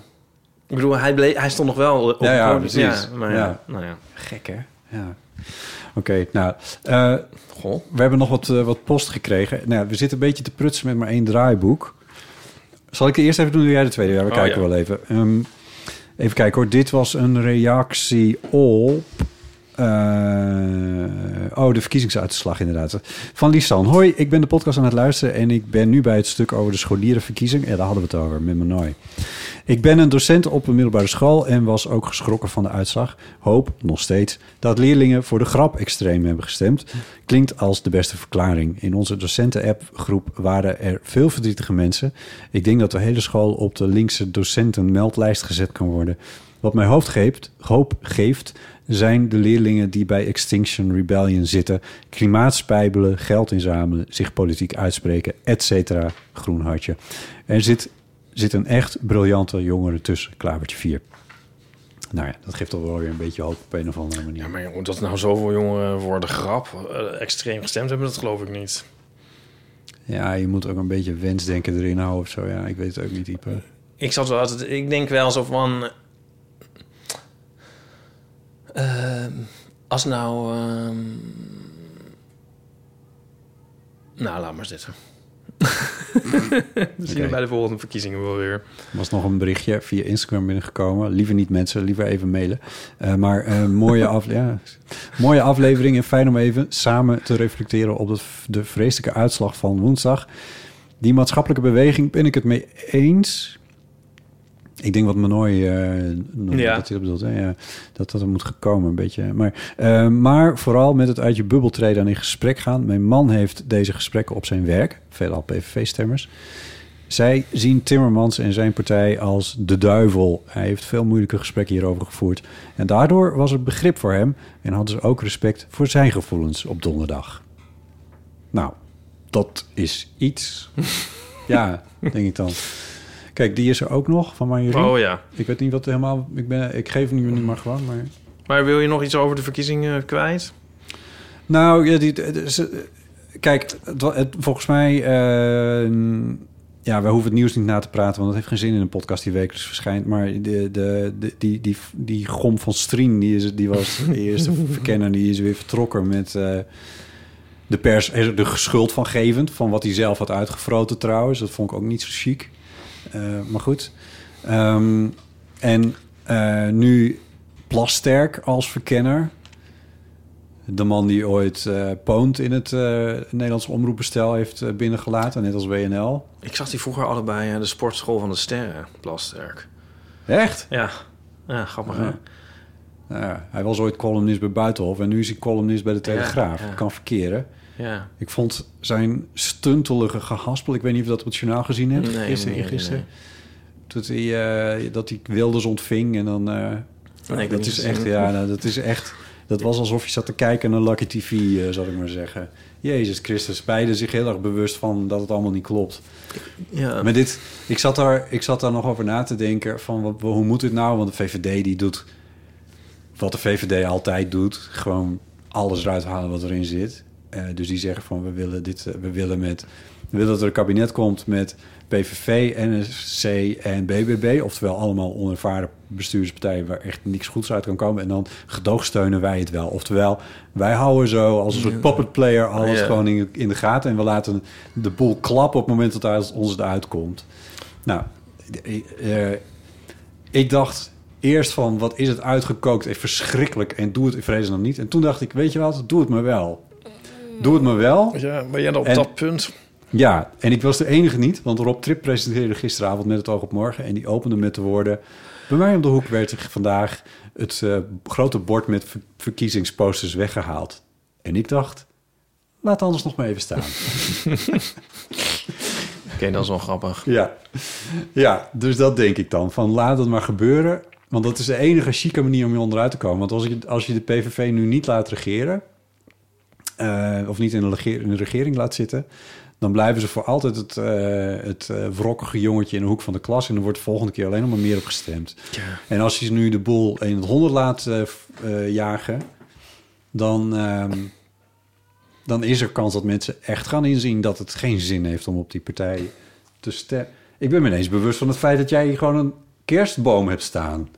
Speaker 3: Ik bedoel, hij, bleef, hij stond nog wel op
Speaker 2: Ja, ja,
Speaker 3: het podium.
Speaker 2: precies.
Speaker 3: Ja, maar
Speaker 2: Ja.
Speaker 3: ja. Nou ja.
Speaker 2: Gek, hè? Ja. Oké, nou... eh,
Speaker 3: Goh.
Speaker 2: we hebben nog wat, eh, wat post gekregen. Nou, ja, we zitten een beetje te prutsen met maar één draaiboek. Zal ik de eerste even doen? Doe jij de tweede? Ja, we
Speaker 3: Oh,
Speaker 2: kijken
Speaker 3: ja.
Speaker 2: wel even. Ehm, even kijken hoor. Dit was een reactie op... eh, oh, de verkiezingsuitslag inderdaad. Van Lisan. Hoi, ik ben de podcast aan het luisteren... en ik ben nu bij het stuk over de scholierenverkiezing. Ja, daar hadden we het over, met Manoy. Ik ben een docent op een middelbare school en was ook geschrokken van de uitslag. Hoop, nog steeds, dat leerlingen voor de grap extreem hebben gestemd. Klinkt als de beste verklaring. In onze docenten-appgroep waren er veel verdrietige mensen. Ik denk dat de hele school op de linkse docentenmeldlijst gezet kan worden. Wat mij hoofd geeft, hoop geeft, zijn de leerlingen die bij Extinction Rebellion zitten. Klimaatspijbelen, geld inzamelen, zich politiek uitspreken, etc. Groen hartje. Er zit zit een echt briljante jongere tussen, klavertje 4. Nou ja, dat geeft toch wel weer een beetje hoop op een of andere manier.
Speaker 3: Ja, maar joh, dat nou zoveel jongeren voor de grap eh, extreem gestemd hebben... dat geloof ik niet.
Speaker 2: Ja, je moet ook een beetje wensdenken erin houden of zo. Ja, ik weet het ook niet dieper.
Speaker 3: ik zat wel altijd, ik denk wel zo van. ehm, als nou. ehm, nou, laat maar zitten. We zien
Speaker 2: Oké.
Speaker 3: we bij de volgende verkiezingen wel weer.
Speaker 2: Er was nog een berichtje via Instagram binnengekomen. Liever niet mensen, liever even mailen. Eh, maar eh, mooie, af, ja, mooie aflevering en fijn om even samen te reflecteren op het, de vreselijke uitslag van woensdag. Die maatschappelijke beweging ben ik het mee eens. Ik denk wat Manoy eh noemde,
Speaker 3: Ja.
Speaker 2: dat hij dat bedoelt. Hè? Ja, dat dat er moet gekomen, een beetje. Maar, eh, maar vooral met het uit je bubbel treden en in gesprek gaan. Mijn man heeft deze gesprekken op zijn werk. Veelal PVV-stemmers. Zij zien Timmermans en zijn partij als de duivel. Hij heeft veel moeilijke gesprekken hierover gevoerd. En daardoor was er begrip voor hem en hadden ze ook respect voor zijn gevoelens op donderdag. Nou, dat is iets. ja, denk ik dan. Kijk, die is er ook nog van Marjorie.
Speaker 3: Oh ja.
Speaker 2: Ik weet niet wat helemaal... Ik, ben, ik geef nu niet maar gewoon, maar...
Speaker 3: Maar wil je nog iets over de verkiezingen kwijt?
Speaker 2: Nou, ja, die, de- de- ze- kijk, het, wa- het- volgens mij... eh, ja, we hoeven het nieuws niet na te praten... want dat heeft geen zin in een podcast die wekelijks verschijnt. Maar de, de, de, die, die, die Gom van Strien, die, is, die was de eerste verkenner... die is weer vertrokken met... eh, de pers is er de schuld van gevend... van wat hij zelf had uitgefroten trouwens. Dat vond ik ook niet zo chic. Eh, maar goed. Ehm, en eh, nu Plasterk als verkenner... De man die ooit eh Poont in het eh Nederlands omroepbestel heeft eh, binnengelaten, net als WNL.
Speaker 3: Ik zag die vroeger allebei eh, de sportschool van de sterren, Plasterk.
Speaker 2: Echt?
Speaker 3: Ja, ja grappig hè?
Speaker 2: Ja. Nou ja, hij was ooit columnist bij Buitenhof en nu is hij columnist bij de Telegraaf.
Speaker 3: ja.
Speaker 2: Kan verkeren.
Speaker 3: Ja.
Speaker 2: Ik vond zijn stuntelige gehaspel. Ik weet niet of je dat op het journaal gezien hebt.
Speaker 3: Nee,
Speaker 2: gisteren,
Speaker 3: nee, nee,
Speaker 2: gisteren. Dat hij, eh, dat hij Wilders ontving en dan. eh, nou,
Speaker 3: ik heb
Speaker 2: dat
Speaker 3: niet
Speaker 2: is
Speaker 3: gezien.
Speaker 2: echt, ja, nou, dat is echt. Dat was alsof je zat te kijken naar Lucky TV, eh, zal ik maar zeggen. Jezus Christus, beide zich heel erg bewust van dat het allemaal niet klopt.
Speaker 3: Ja.
Speaker 2: Maar dit, ik zat, daar, ik zat daar nog over na te denken van wat, hoe moet dit nou? Want de VVD die doet wat de VVD altijd doet. Gewoon alles eruit halen wat erin zit. Eh, dus die zeggen van we willen dit, eh, we willen met... We willen dat er een kabinet komt met PVV, NSC en BBB. Oftewel allemaal onervaren bestuurspartijen waar echt niks goeds uit kan komen. En dan gedoogsteunen wij het wel. Oftewel, wij houden zo als een soort puppet player alles
Speaker 3: Ja.
Speaker 2: gewoon in, in de gaten. En we laten de boel klappen op het moment dat uit- ons het uitkomt. Nou, eh, eh, ik dacht eerst van wat is het uitgekookt en verschrikkelijk en doe het in vrees dan niet. En toen dacht ik, weet je wat, doe het me wel. Doe het me wel.
Speaker 3: ja, ben jij dan op
Speaker 2: En-
Speaker 3: dat punt?
Speaker 2: Ja, en ik was de enige niet, want Rob Trip presenteerde gisteravond met het oog op morgen en die opende met de woorden: bij mij om de hoek werd vandaag het eh, grote bord met ver- verkiezingsposters weggehaald. En ik dacht, laat anders nog maar even staan.
Speaker 3: Oké, dat is wel grappig.
Speaker 2: Ja. ja, dus dat denk ik dan. Van laat het maar gebeuren. Want dat is de enige chique manier om je onderuit te komen. Want als je, als je de PVV nu niet laat regeren... eh, of niet in de, legeer- in de regering laat zitten... dan blijven ze voor altijd het, eh het eh, wrokkige jongetje in de hoek van de klas... en er wordt de volgende keer alleen nog maar meer op gestemd. En als je ze nu de boel in het honderd laat eh, f- eh, jagen... dan... ehm, dan is er kans dat mensen echt gaan inzien dat het geen zin heeft om op die partij te stemmen. Ik ben me ineens bewust van het feit dat jij hier gewoon een kerstboom hebt staan.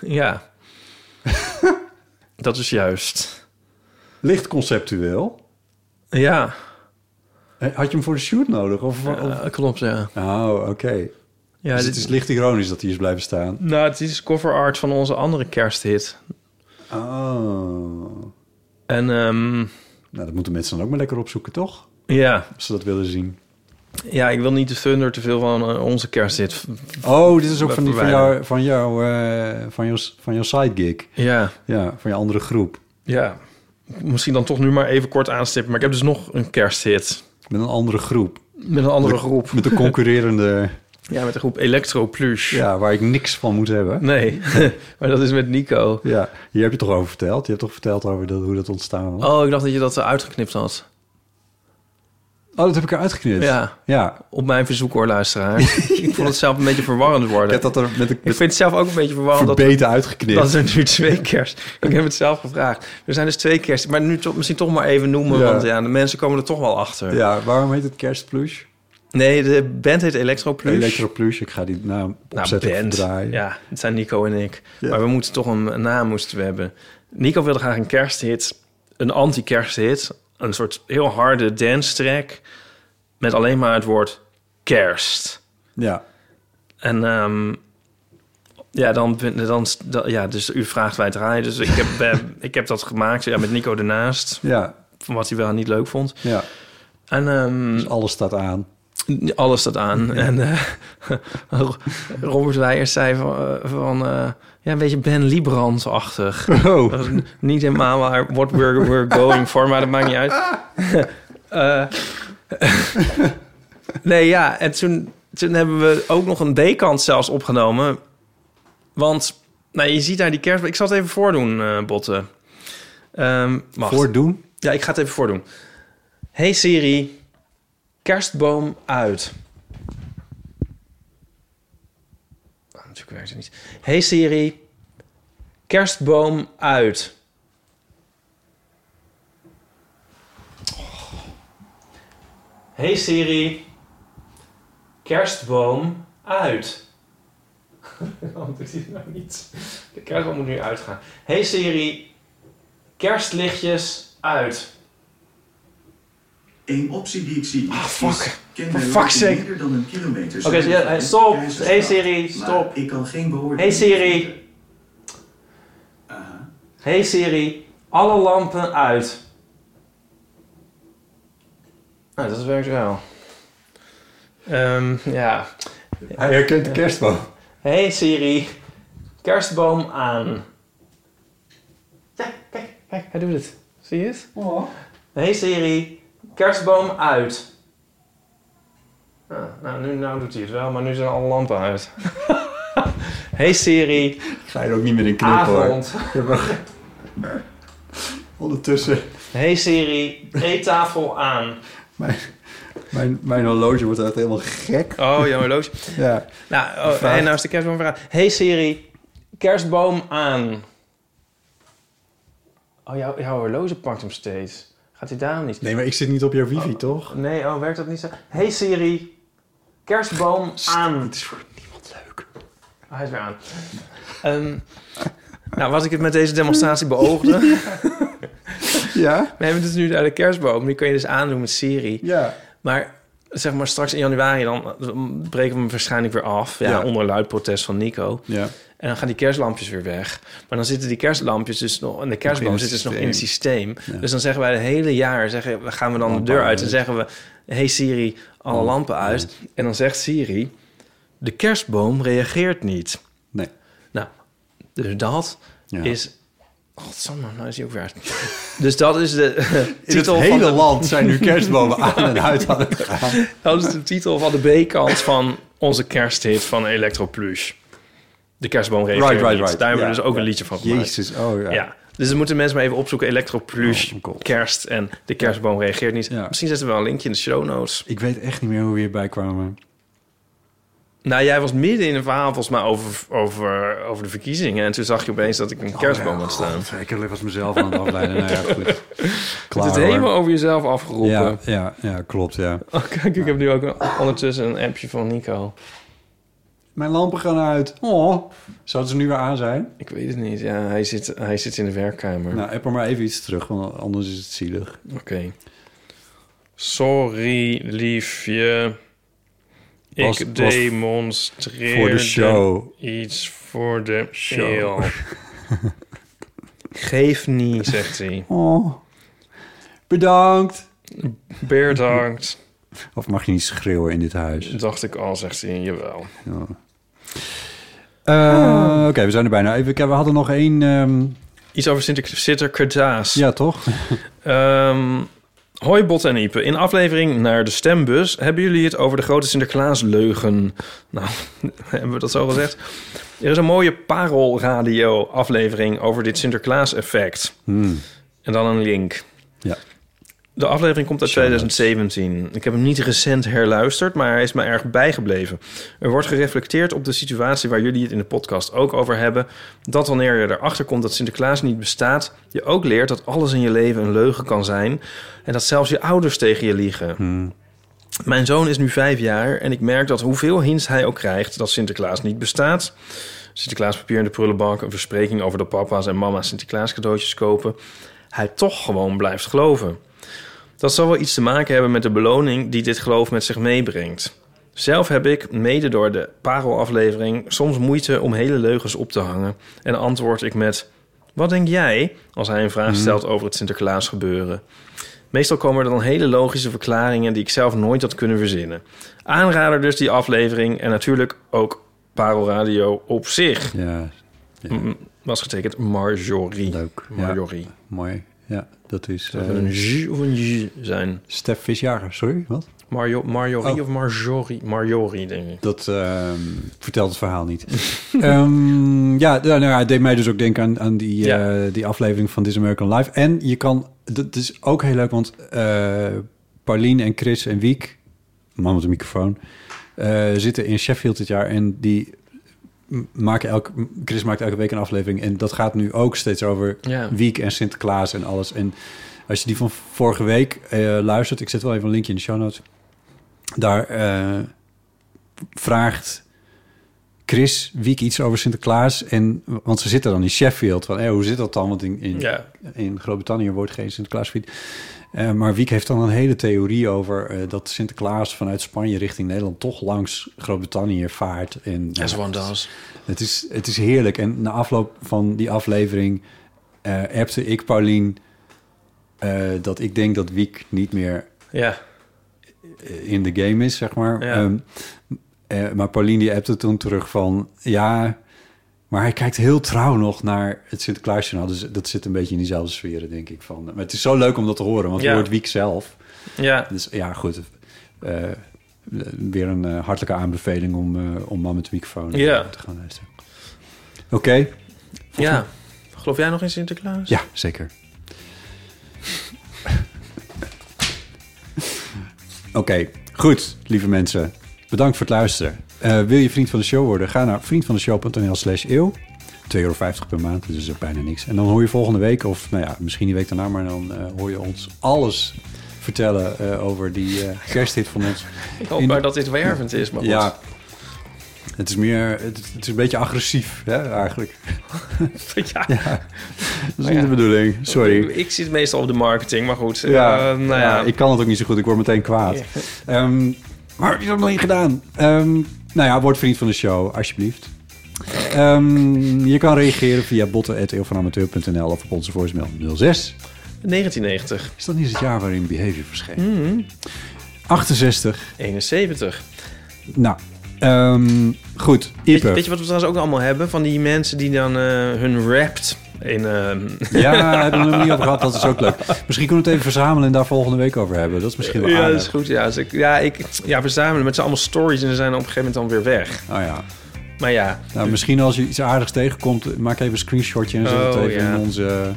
Speaker 3: Ja. dat is juist.
Speaker 2: Licht conceptueel.
Speaker 3: Ja,
Speaker 2: Eh, Had je hem voor de shoot nodig? Of, of-
Speaker 3: eh, klopt, ja.
Speaker 2: Oh, oké.
Speaker 3: ja
Speaker 2: dus
Speaker 3: dit
Speaker 2: het is licht ironisch dat hij is blijven staan.
Speaker 3: Nou, het is cover art van onze andere kersthit.
Speaker 2: Oh.
Speaker 3: En ehm,
Speaker 2: Nou, dat moeten mensen dan ook maar lekker opzoeken, toch?
Speaker 3: ja.
Speaker 2: Als ze dat willen zien.
Speaker 3: ja, ik wil niet de thunder te veel van eh, onze kersthit. v-
Speaker 2: Oh, dit is ook
Speaker 3: We
Speaker 2: van, die, van,
Speaker 3: verwijderen.
Speaker 2: jou, van, jou, eh, van, jou, van jouw sidegig.
Speaker 3: Ja,
Speaker 2: Ja, van je andere groep.
Speaker 3: ja. Misschien dan toch nu maar even kort aanstippen. Maar ik heb dus nog een kersthit.
Speaker 2: Met een andere groep.
Speaker 3: Met een andere groep.
Speaker 2: Met de concurrerende...
Speaker 3: Ja, met de groep Electro Plus.
Speaker 2: ja, waar ik niks van moet hebben.
Speaker 3: Nee, maar dat is met Nico.
Speaker 2: Ja, hier heb je toch over verteld? Je hebt toch verteld over dat, hoe dat ontstaan was?
Speaker 3: Oh, ik dacht dat je dat eh, uitgeknipt had.
Speaker 2: Oh, dat heb ik eruit geknipt.
Speaker 3: Ja.
Speaker 2: ja.
Speaker 3: Op mijn verzoek hoor, luisteraar. ik vond het zelf een beetje verwarrend worden.
Speaker 2: Ik heb dat er met een
Speaker 3: Ik vind het zelf ook een beetje verwarrend dat,
Speaker 2: verbeten uitgeknipt.
Speaker 3: dat er nu twee kerst... Ik heb het zelf gevraagd. Er zijn dus twee kerst... Maar nu toch, misschien toch maar even noemen,
Speaker 2: Ja.
Speaker 3: want ja, de mensen komen er toch wel achter.
Speaker 2: Ja, waarom heet het kerstplush?
Speaker 3: Nee, de band heet Electro Plus.
Speaker 2: Electroplush, ik ga die naam
Speaker 3: nou,
Speaker 2: opzetten
Speaker 3: band.
Speaker 2: draaien.
Speaker 3: Ja, het zijn Nico en ik.
Speaker 2: Ja.
Speaker 3: Maar we moeten toch een naam moesten we hebben. Nico wilde graag een kersthit, een anti-kersthit, een soort heel harde dance track met alleen maar het woord kerst.
Speaker 2: Ja.
Speaker 3: En ehm, ja, dan, dan, dan- ja, dus u vraagt wij draaien. Dus ik heb, eh, ik heb dat gemaakt ja, met Nico ernaast,
Speaker 2: Ja.
Speaker 3: van wat hij wel en niet leuk vond.
Speaker 2: ja.
Speaker 3: En ehm,
Speaker 2: Dus alles staat aan.
Speaker 3: alles staat aan. En eh, Robert Weijers zei van, eh, van eh, ja, een beetje Ben Librand-achtig.
Speaker 2: Oh.
Speaker 3: Dat is n- niet helemaal waar what we're, we're going for, maar dat maakt niet uit. Eh, Nee, ja. En toen, toen hebben we ook nog een D-kant zelfs opgenomen. Want nou, je ziet daar die kerst... Ik zal het even voordoen, eh, Botten. Ehm, wacht.
Speaker 2: Voordoen.
Speaker 3: Ja, ik ga het even voordoen. Hey Siri, kerstboom uit. Ah, natuurlijk werkt het niet. Hey Siri, kerstboom uit. Hey Siri, kerstboom uit. Waarom doet hij het nou niet? De kerstboom moet nu uitgaan. Hey Siri, kerstlichtjes uit.
Speaker 6: Eén optie die ik zie
Speaker 3: Ah,
Speaker 6: is
Speaker 3: fuck.
Speaker 6: kinderen
Speaker 3: For fuck's
Speaker 6: lopen
Speaker 3: sake.
Speaker 6: minder dan een kilometer.
Speaker 3: Oké,
Speaker 6: zuid
Speaker 3: ja, hey,
Speaker 6: van
Speaker 3: stop.
Speaker 6: Keizersgracht,
Speaker 3: Hey, Siri,
Speaker 6: maar
Speaker 3: stop.
Speaker 6: Ik kan geen behoorlijk.
Speaker 3: Hey, Siri. Hey Siri, alle lampen uit. Nou, dat werkt wel. Ehm, ja.
Speaker 2: Hij herkent de kerstboom.
Speaker 3: Hey Siri, kerstboom aan. Ja, kijk, kijk, Oh. hij doet het. Zie je het? Hey Siri, kerstboom uit. Ah, nou, nu nou doet hij het wel, maar nu zijn alle lampen uit. hey Siri,
Speaker 2: Ik ga je ook niet meer in knippen.
Speaker 3: avond.
Speaker 2: Ondertussen,
Speaker 3: Hey Siri, eettafel aan.
Speaker 2: mijn, mijn, mijn horloge wordt echt helemaal gek.
Speaker 3: Oh, jouw horloge.
Speaker 2: Ja.
Speaker 3: Nou, oh,
Speaker 2: Vraag.
Speaker 3: en nou is de kerstboom weer aan. Hey Siri, kerstboom aan. Oh, jouw, jouw horloge pakt hem steeds. Gaat hij daarom niet?
Speaker 2: Nee, maar ik zit niet op jouw wifi, toch?
Speaker 3: Nee, oh, werkt dat niet zo? Hey Siri, kerstboom aan.
Speaker 2: is voor niemand leuk.
Speaker 3: Oh, hij is weer aan. Ehm, nou, wat ik het met deze demonstratie beoogde...
Speaker 2: Ja?
Speaker 3: We hebben dus nu daar de kerstboom. Die kun je dus aandoen met Siri.
Speaker 2: Ja.
Speaker 3: Maar zeg maar straks in januari, dan dan breken we hem waarschijnlijk weer af. Ja,
Speaker 2: Ja.
Speaker 3: onder luid protest van Nico.
Speaker 2: Ja.
Speaker 3: En dan gaan die kerstlampjes weer weg. Maar dan zitten die kerstlampjes dus nog... En de kerstboom
Speaker 2: het
Speaker 3: zit dus nog in
Speaker 2: systeem.
Speaker 3: het systeem. Dus dan zeggen wij het hele jaar... Zeggen, we- gaan we dan de deur uit en zeggen we... Hey Siri, alle lampen uit. En dan zegt Siri... De kerstboom reageert niet.
Speaker 2: Nee.
Speaker 3: Nou, dus dat
Speaker 2: Ja.
Speaker 3: is... Godsamme, nou is hij ook weer uit. Dus dat is de
Speaker 2: In het
Speaker 3: titel
Speaker 2: hele
Speaker 3: van de
Speaker 2: land zijn nu kerstbomen aan en uit aan het gaan.
Speaker 3: Dat is de titel van de B-kant van onze kersthit van Electroplush. De kerstboom reageert
Speaker 2: Right, right,
Speaker 3: niet.
Speaker 2: right.
Speaker 3: Daar hebben we
Speaker 2: Ja,
Speaker 3: dus ook
Speaker 2: ja.
Speaker 3: een liedje van gemaakt.
Speaker 2: Jezus, oh ja.
Speaker 3: Ja. Dus dan moeten mensen maar even opzoeken. Electroplush,
Speaker 2: Oh, God.
Speaker 3: kerst en de kerstboom reageert niet.
Speaker 2: Ja.
Speaker 3: Misschien zetten we wel een linkje in de show notes.
Speaker 2: Ik weet echt niet meer hoe we hierbij kwamen.
Speaker 3: Nou, jij was midden in een verhaal volgens mij over, over, over de verkiezingen. En toen zag je opeens dat ik
Speaker 2: Oh,
Speaker 3: een kerstboom had staan.
Speaker 2: Ik heb was mezelf aan het afleiden. Nou ja, goed. Klaar,
Speaker 3: Het is
Speaker 2: hoor.
Speaker 3: helemaal over jezelf afgeroepen.
Speaker 2: ja, ja, ja, klopt, ja.
Speaker 3: Oh, kijk, ik heb nu ook een- ondertussen een appje van Nico.
Speaker 2: Mijn lampen gaan uit. Oh, zouden ze nu weer aan zijn?
Speaker 3: Ik weet het niet. Ja, hij zit, hij zit in de werkkamer.
Speaker 2: Nou, app er maar even iets terug, want anders is het zielig.
Speaker 3: Oké. Sorry, liefje. Ik
Speaker 2: Was- was
Speaker 3: demonstreer
Speaker 2: voor de show.
Speaker 3: iets voor de show. Geef niet, zegt hij.
Speaker 2: Oh, bedankt.
Speaker 3: Bedankt.
Speaker 2: Of mag je niet schreeuwen in dit huis? Oh.
Speaker 3: Dacht ik al, zegt hij. Jawel.
Speaker 2: Eh, Oké, we zijn er bijna. Even, kijken, we hadden nog één... ehm,
Speaker 3: Iets over Sinter- Sinterklaas.
Speaker 2: ja, toch?
Speaker 3: Ehm, hoi Bot en Ipe. In aflevering naar de stembus hebben jullie het over de grote Sinterklaasleugen. Nou, hebben we dat zo gezegd? Er is een mooie parelradio aflevering over dit Sinterklaas effect.
Speaker 2: Hmm,
Speaker 3: En dan een link.
Speaker 2: Ja.
Speaker 3: De aflevering komt uit 2017. Ik heb hem niet recent herluisterd, maar hij is me erg bijgebleven. Er wordt gereflecteerd op de situatie waar jullie het in de podcast ook over hebben. Dat wanneer je erachter komt dat Sinterklaas niet bestaat, je ook leert dat alles in je leven een leugen kan zijn. En dat zelfs je ouders tegen je liegen. Mijn zoon is nu vijf jaar en ik merk dat hoeveel hints hij ook krijgt dat Sinterklaas niet bestaat. Sinterklaaspapier in de prullenbak, een verspreking over dat papa's en mama's Sinterklaas cadeautjes kopen. Hij toch gewoon blijft geloven. Dat zal wel iets te maken hebben met de beloning die dit geloof met zich meebrengt. Zelf heb ik, mede door de parelaflevering, soms moeite om hele leugens op te hangen. En antwoord ik met: Wat denk jij? als hij een
Speaker 2: Mhm.
Speaker 3: vraag stelt over het Sinterklaas gebeuren. Meestal komen er dan hele logische verklaringen die ik zelf nooit had kunnen verzinnen. Aanrader dus die aflevering en natuurlijk ook Parelradio op zich.
Speaker 2: Ja,
Speaker 3: M- Was getekend Marjorie.
Speaker 2: leuk. Ja,
Speaker 3: Marjorie.
Speaker 2: mooi. Ja, dat is...
Speaker 3: Dat
Speaker 2: eh,
Speaker 3: we een J of een J zijn.
Speaker 2: Stef Visjager, sorry, wat?
Speaker 3: Mario, Marjorie
Speaker 2: Oh.
Speaker 3: of Marjorie? Marjorie, denk ik.
Speaker 2: Dat ehm, vertelt het verhaal niet. Ehm, ja, nou, nou, ja, het deed mij dus ook denken aan, aan die,
Speaker 3: Ja.
Speaker 2: eh, die aflevering van This American Life. En je kan, dat is ook heel leuk, want eh Paulien en Chris en Wiek, man met de microfoon, eh, zitten in Sheffield dit jaar. En die m- maken elke, m- Chris maakt elke week een aflevering. En dat gaat nu ook steeds over
Speaker 3: Ja.
Speaker 2: Wiek en Sinterklaas en alles. En als je die van vorige week eh, luistert, ik zet wel even een linkje in de show notes. Daar eh, vraagt Chris Wiek iets over Sinterklaas. En, want ze zitten dan in Sheffield. Van, hé, hoe zit dat dan? Want in, in,
Speaker 3: Ja.
Speaker 2: in Groot-Brittannië wordt geen Sinterklaas gevierd. Eh, maar Wiek heeft dan een hele theorie over eh, dat Sinterklaas vanuit Spanje richting Nederland toch langs Groot-Brittannië vaart. En,
Speaker 3: As one
Speaker 2: het,
Speaker 3: does.
Speaker 2: het is, het is heerlijk. En na afloop van die aflevering eh appte ik Paulien eh, dat ik denk dat Wiek niet meer
Speaker 3: Ja,
Speaker 2: eh, in de game is, zeg maar.
Speaker 3: Ja.
Speaker 2: Ehm, eh, maar Pauline die appte toen terug van... ja, maar hij kijkt heel trouw nog naar het Sinterklaasjournaal. Dus dat zit een beetje in diezelfde sferen, denk ik. Van. Maar het is zo leuk om dat te horen, want
Speaker 3: Ja.
Speaker 2: je hoort Wiek zelf.
Speaker 3: ja.
Speaker 2: Dus ja, goed. eh, eh, weer een eh, hartelijke aanbeveling om, eh, om man met de microfoon eh,
Speaker 3: Ja.
Speaker 2: te gaan luisteren. Oké,
Speaker 3: ja. Geloof jij nog in Sinterklaas?
Speaker 2: ja, zeker. Oké, goed, lieve mensen. Bedankt voor het luisteren. Eh, wil je vriend van de show worden? Ga naar vriendvandeshow.nl slash eeuw. 2,50 euro per maand, dus dat is ook bijna niks. En dan hoor je volgende week, of nou ja, misschien die week daarna... maar dan eh, hoor je ons alles vertellen eh, over die eh kersthit van ons.
Speaker 3: Ik hoop
Speaker 2: In-
Speaker 3: maar dat dit wervend is, maar
Speaker 2: Ja,
Speaker 3: goed.
Speaker 2: het is meer... Het, het is een beetje agressief, hè, eigenlijk.
Speaker 3: Ja.
Speaker 2: Dat is niet de bedoeling, sorry.
Speaker 3: Ik zit meestal op de marketing, maar goed.
Speaker 2: Ja,
Speaker 3: Eh, nou ja.
Speaker 2: ja, ik kan het ook niet zo goed. Ik word meteen kwaad. Ehm, maar heb je dat nog niet gedaan? Ehm, nou ja, word vriend van de show, alsjeblieft. Ehm, je kan reageren via botten.eeuwvanamateur.nl of op onze voicemail 06.
Speaker 3: 1990,
Speaker 2: Is dat niet eens het jaar waarin Behavior verscheen?
Speaker 3: Mhm.
Speaker 2: 68.
Speaker 3: 71.
Speaker 2: Nou, ehm, goed.
Speaker 3: Weet je,
Speaker 2: Ipe.
Speaker 3: weet je wat we trouwens ook allemaal hebben? Van die mensen die dan eh, hun rapt in... ehm,
Speaker 2: Ja, hebben we er nog niet over gehad. Dat is ook leuk. Misschien kunnen we het even verzamelen en daar volgende week over hebben. Dat is misschien wel
Speaker 3: ja,
Speaker 2: aardig.
Speaker 3: dat is goed. Ja, dus ik, ja, ik, ja, we zamelen met z'n allemaal stories en ze zijn op een gegeven moment dan weer weg.
Speaker 2: Oh ja.
Speaker 3: Maar ja,
Speaker 2: Nou, misschien als je iets aardigs tegenkomt, maak even een screenshotje en zet het
Speaker 3: Oh,
Speaker 2: even
Speaker 3: ja.
Speaker 2: in onze...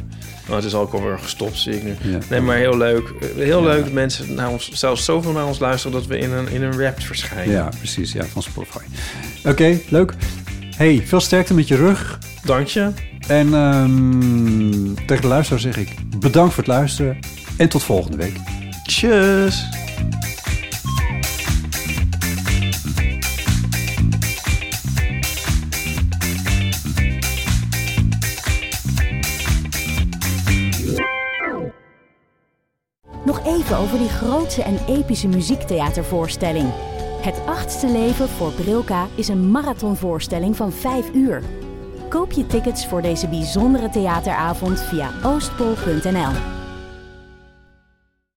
Speaker 3: oh, het is ook alweer gestopt, zie ik nu.
Speaker 2: Ja.
Speaker 3: Nee, maar heel leuk. Eh, Heel leuk dat mensen naar ons, zelfs zoveel naar ons luisteren dat we in een, in een rap verschijnen.
Speaker 2: Ja, precies. Ja, van Spotify. Oké, leuk. Hey, veel sterkte met je rug.
Speaker 3: Dank je.
Speaker 2: En ehm, tegen de luisteraar zeg ik bedankt voor het luisteren. En tot volgende week.
Speaker 3: Tjus.
Speaker 1: Nog even over die grootse en epische muziektheatervoorstelling. Het achtste leven voor Brilka is een marathonvoorstelling van 5 uur. Koop je tickets voor deze bijzondere theateravond via oostpol.nl.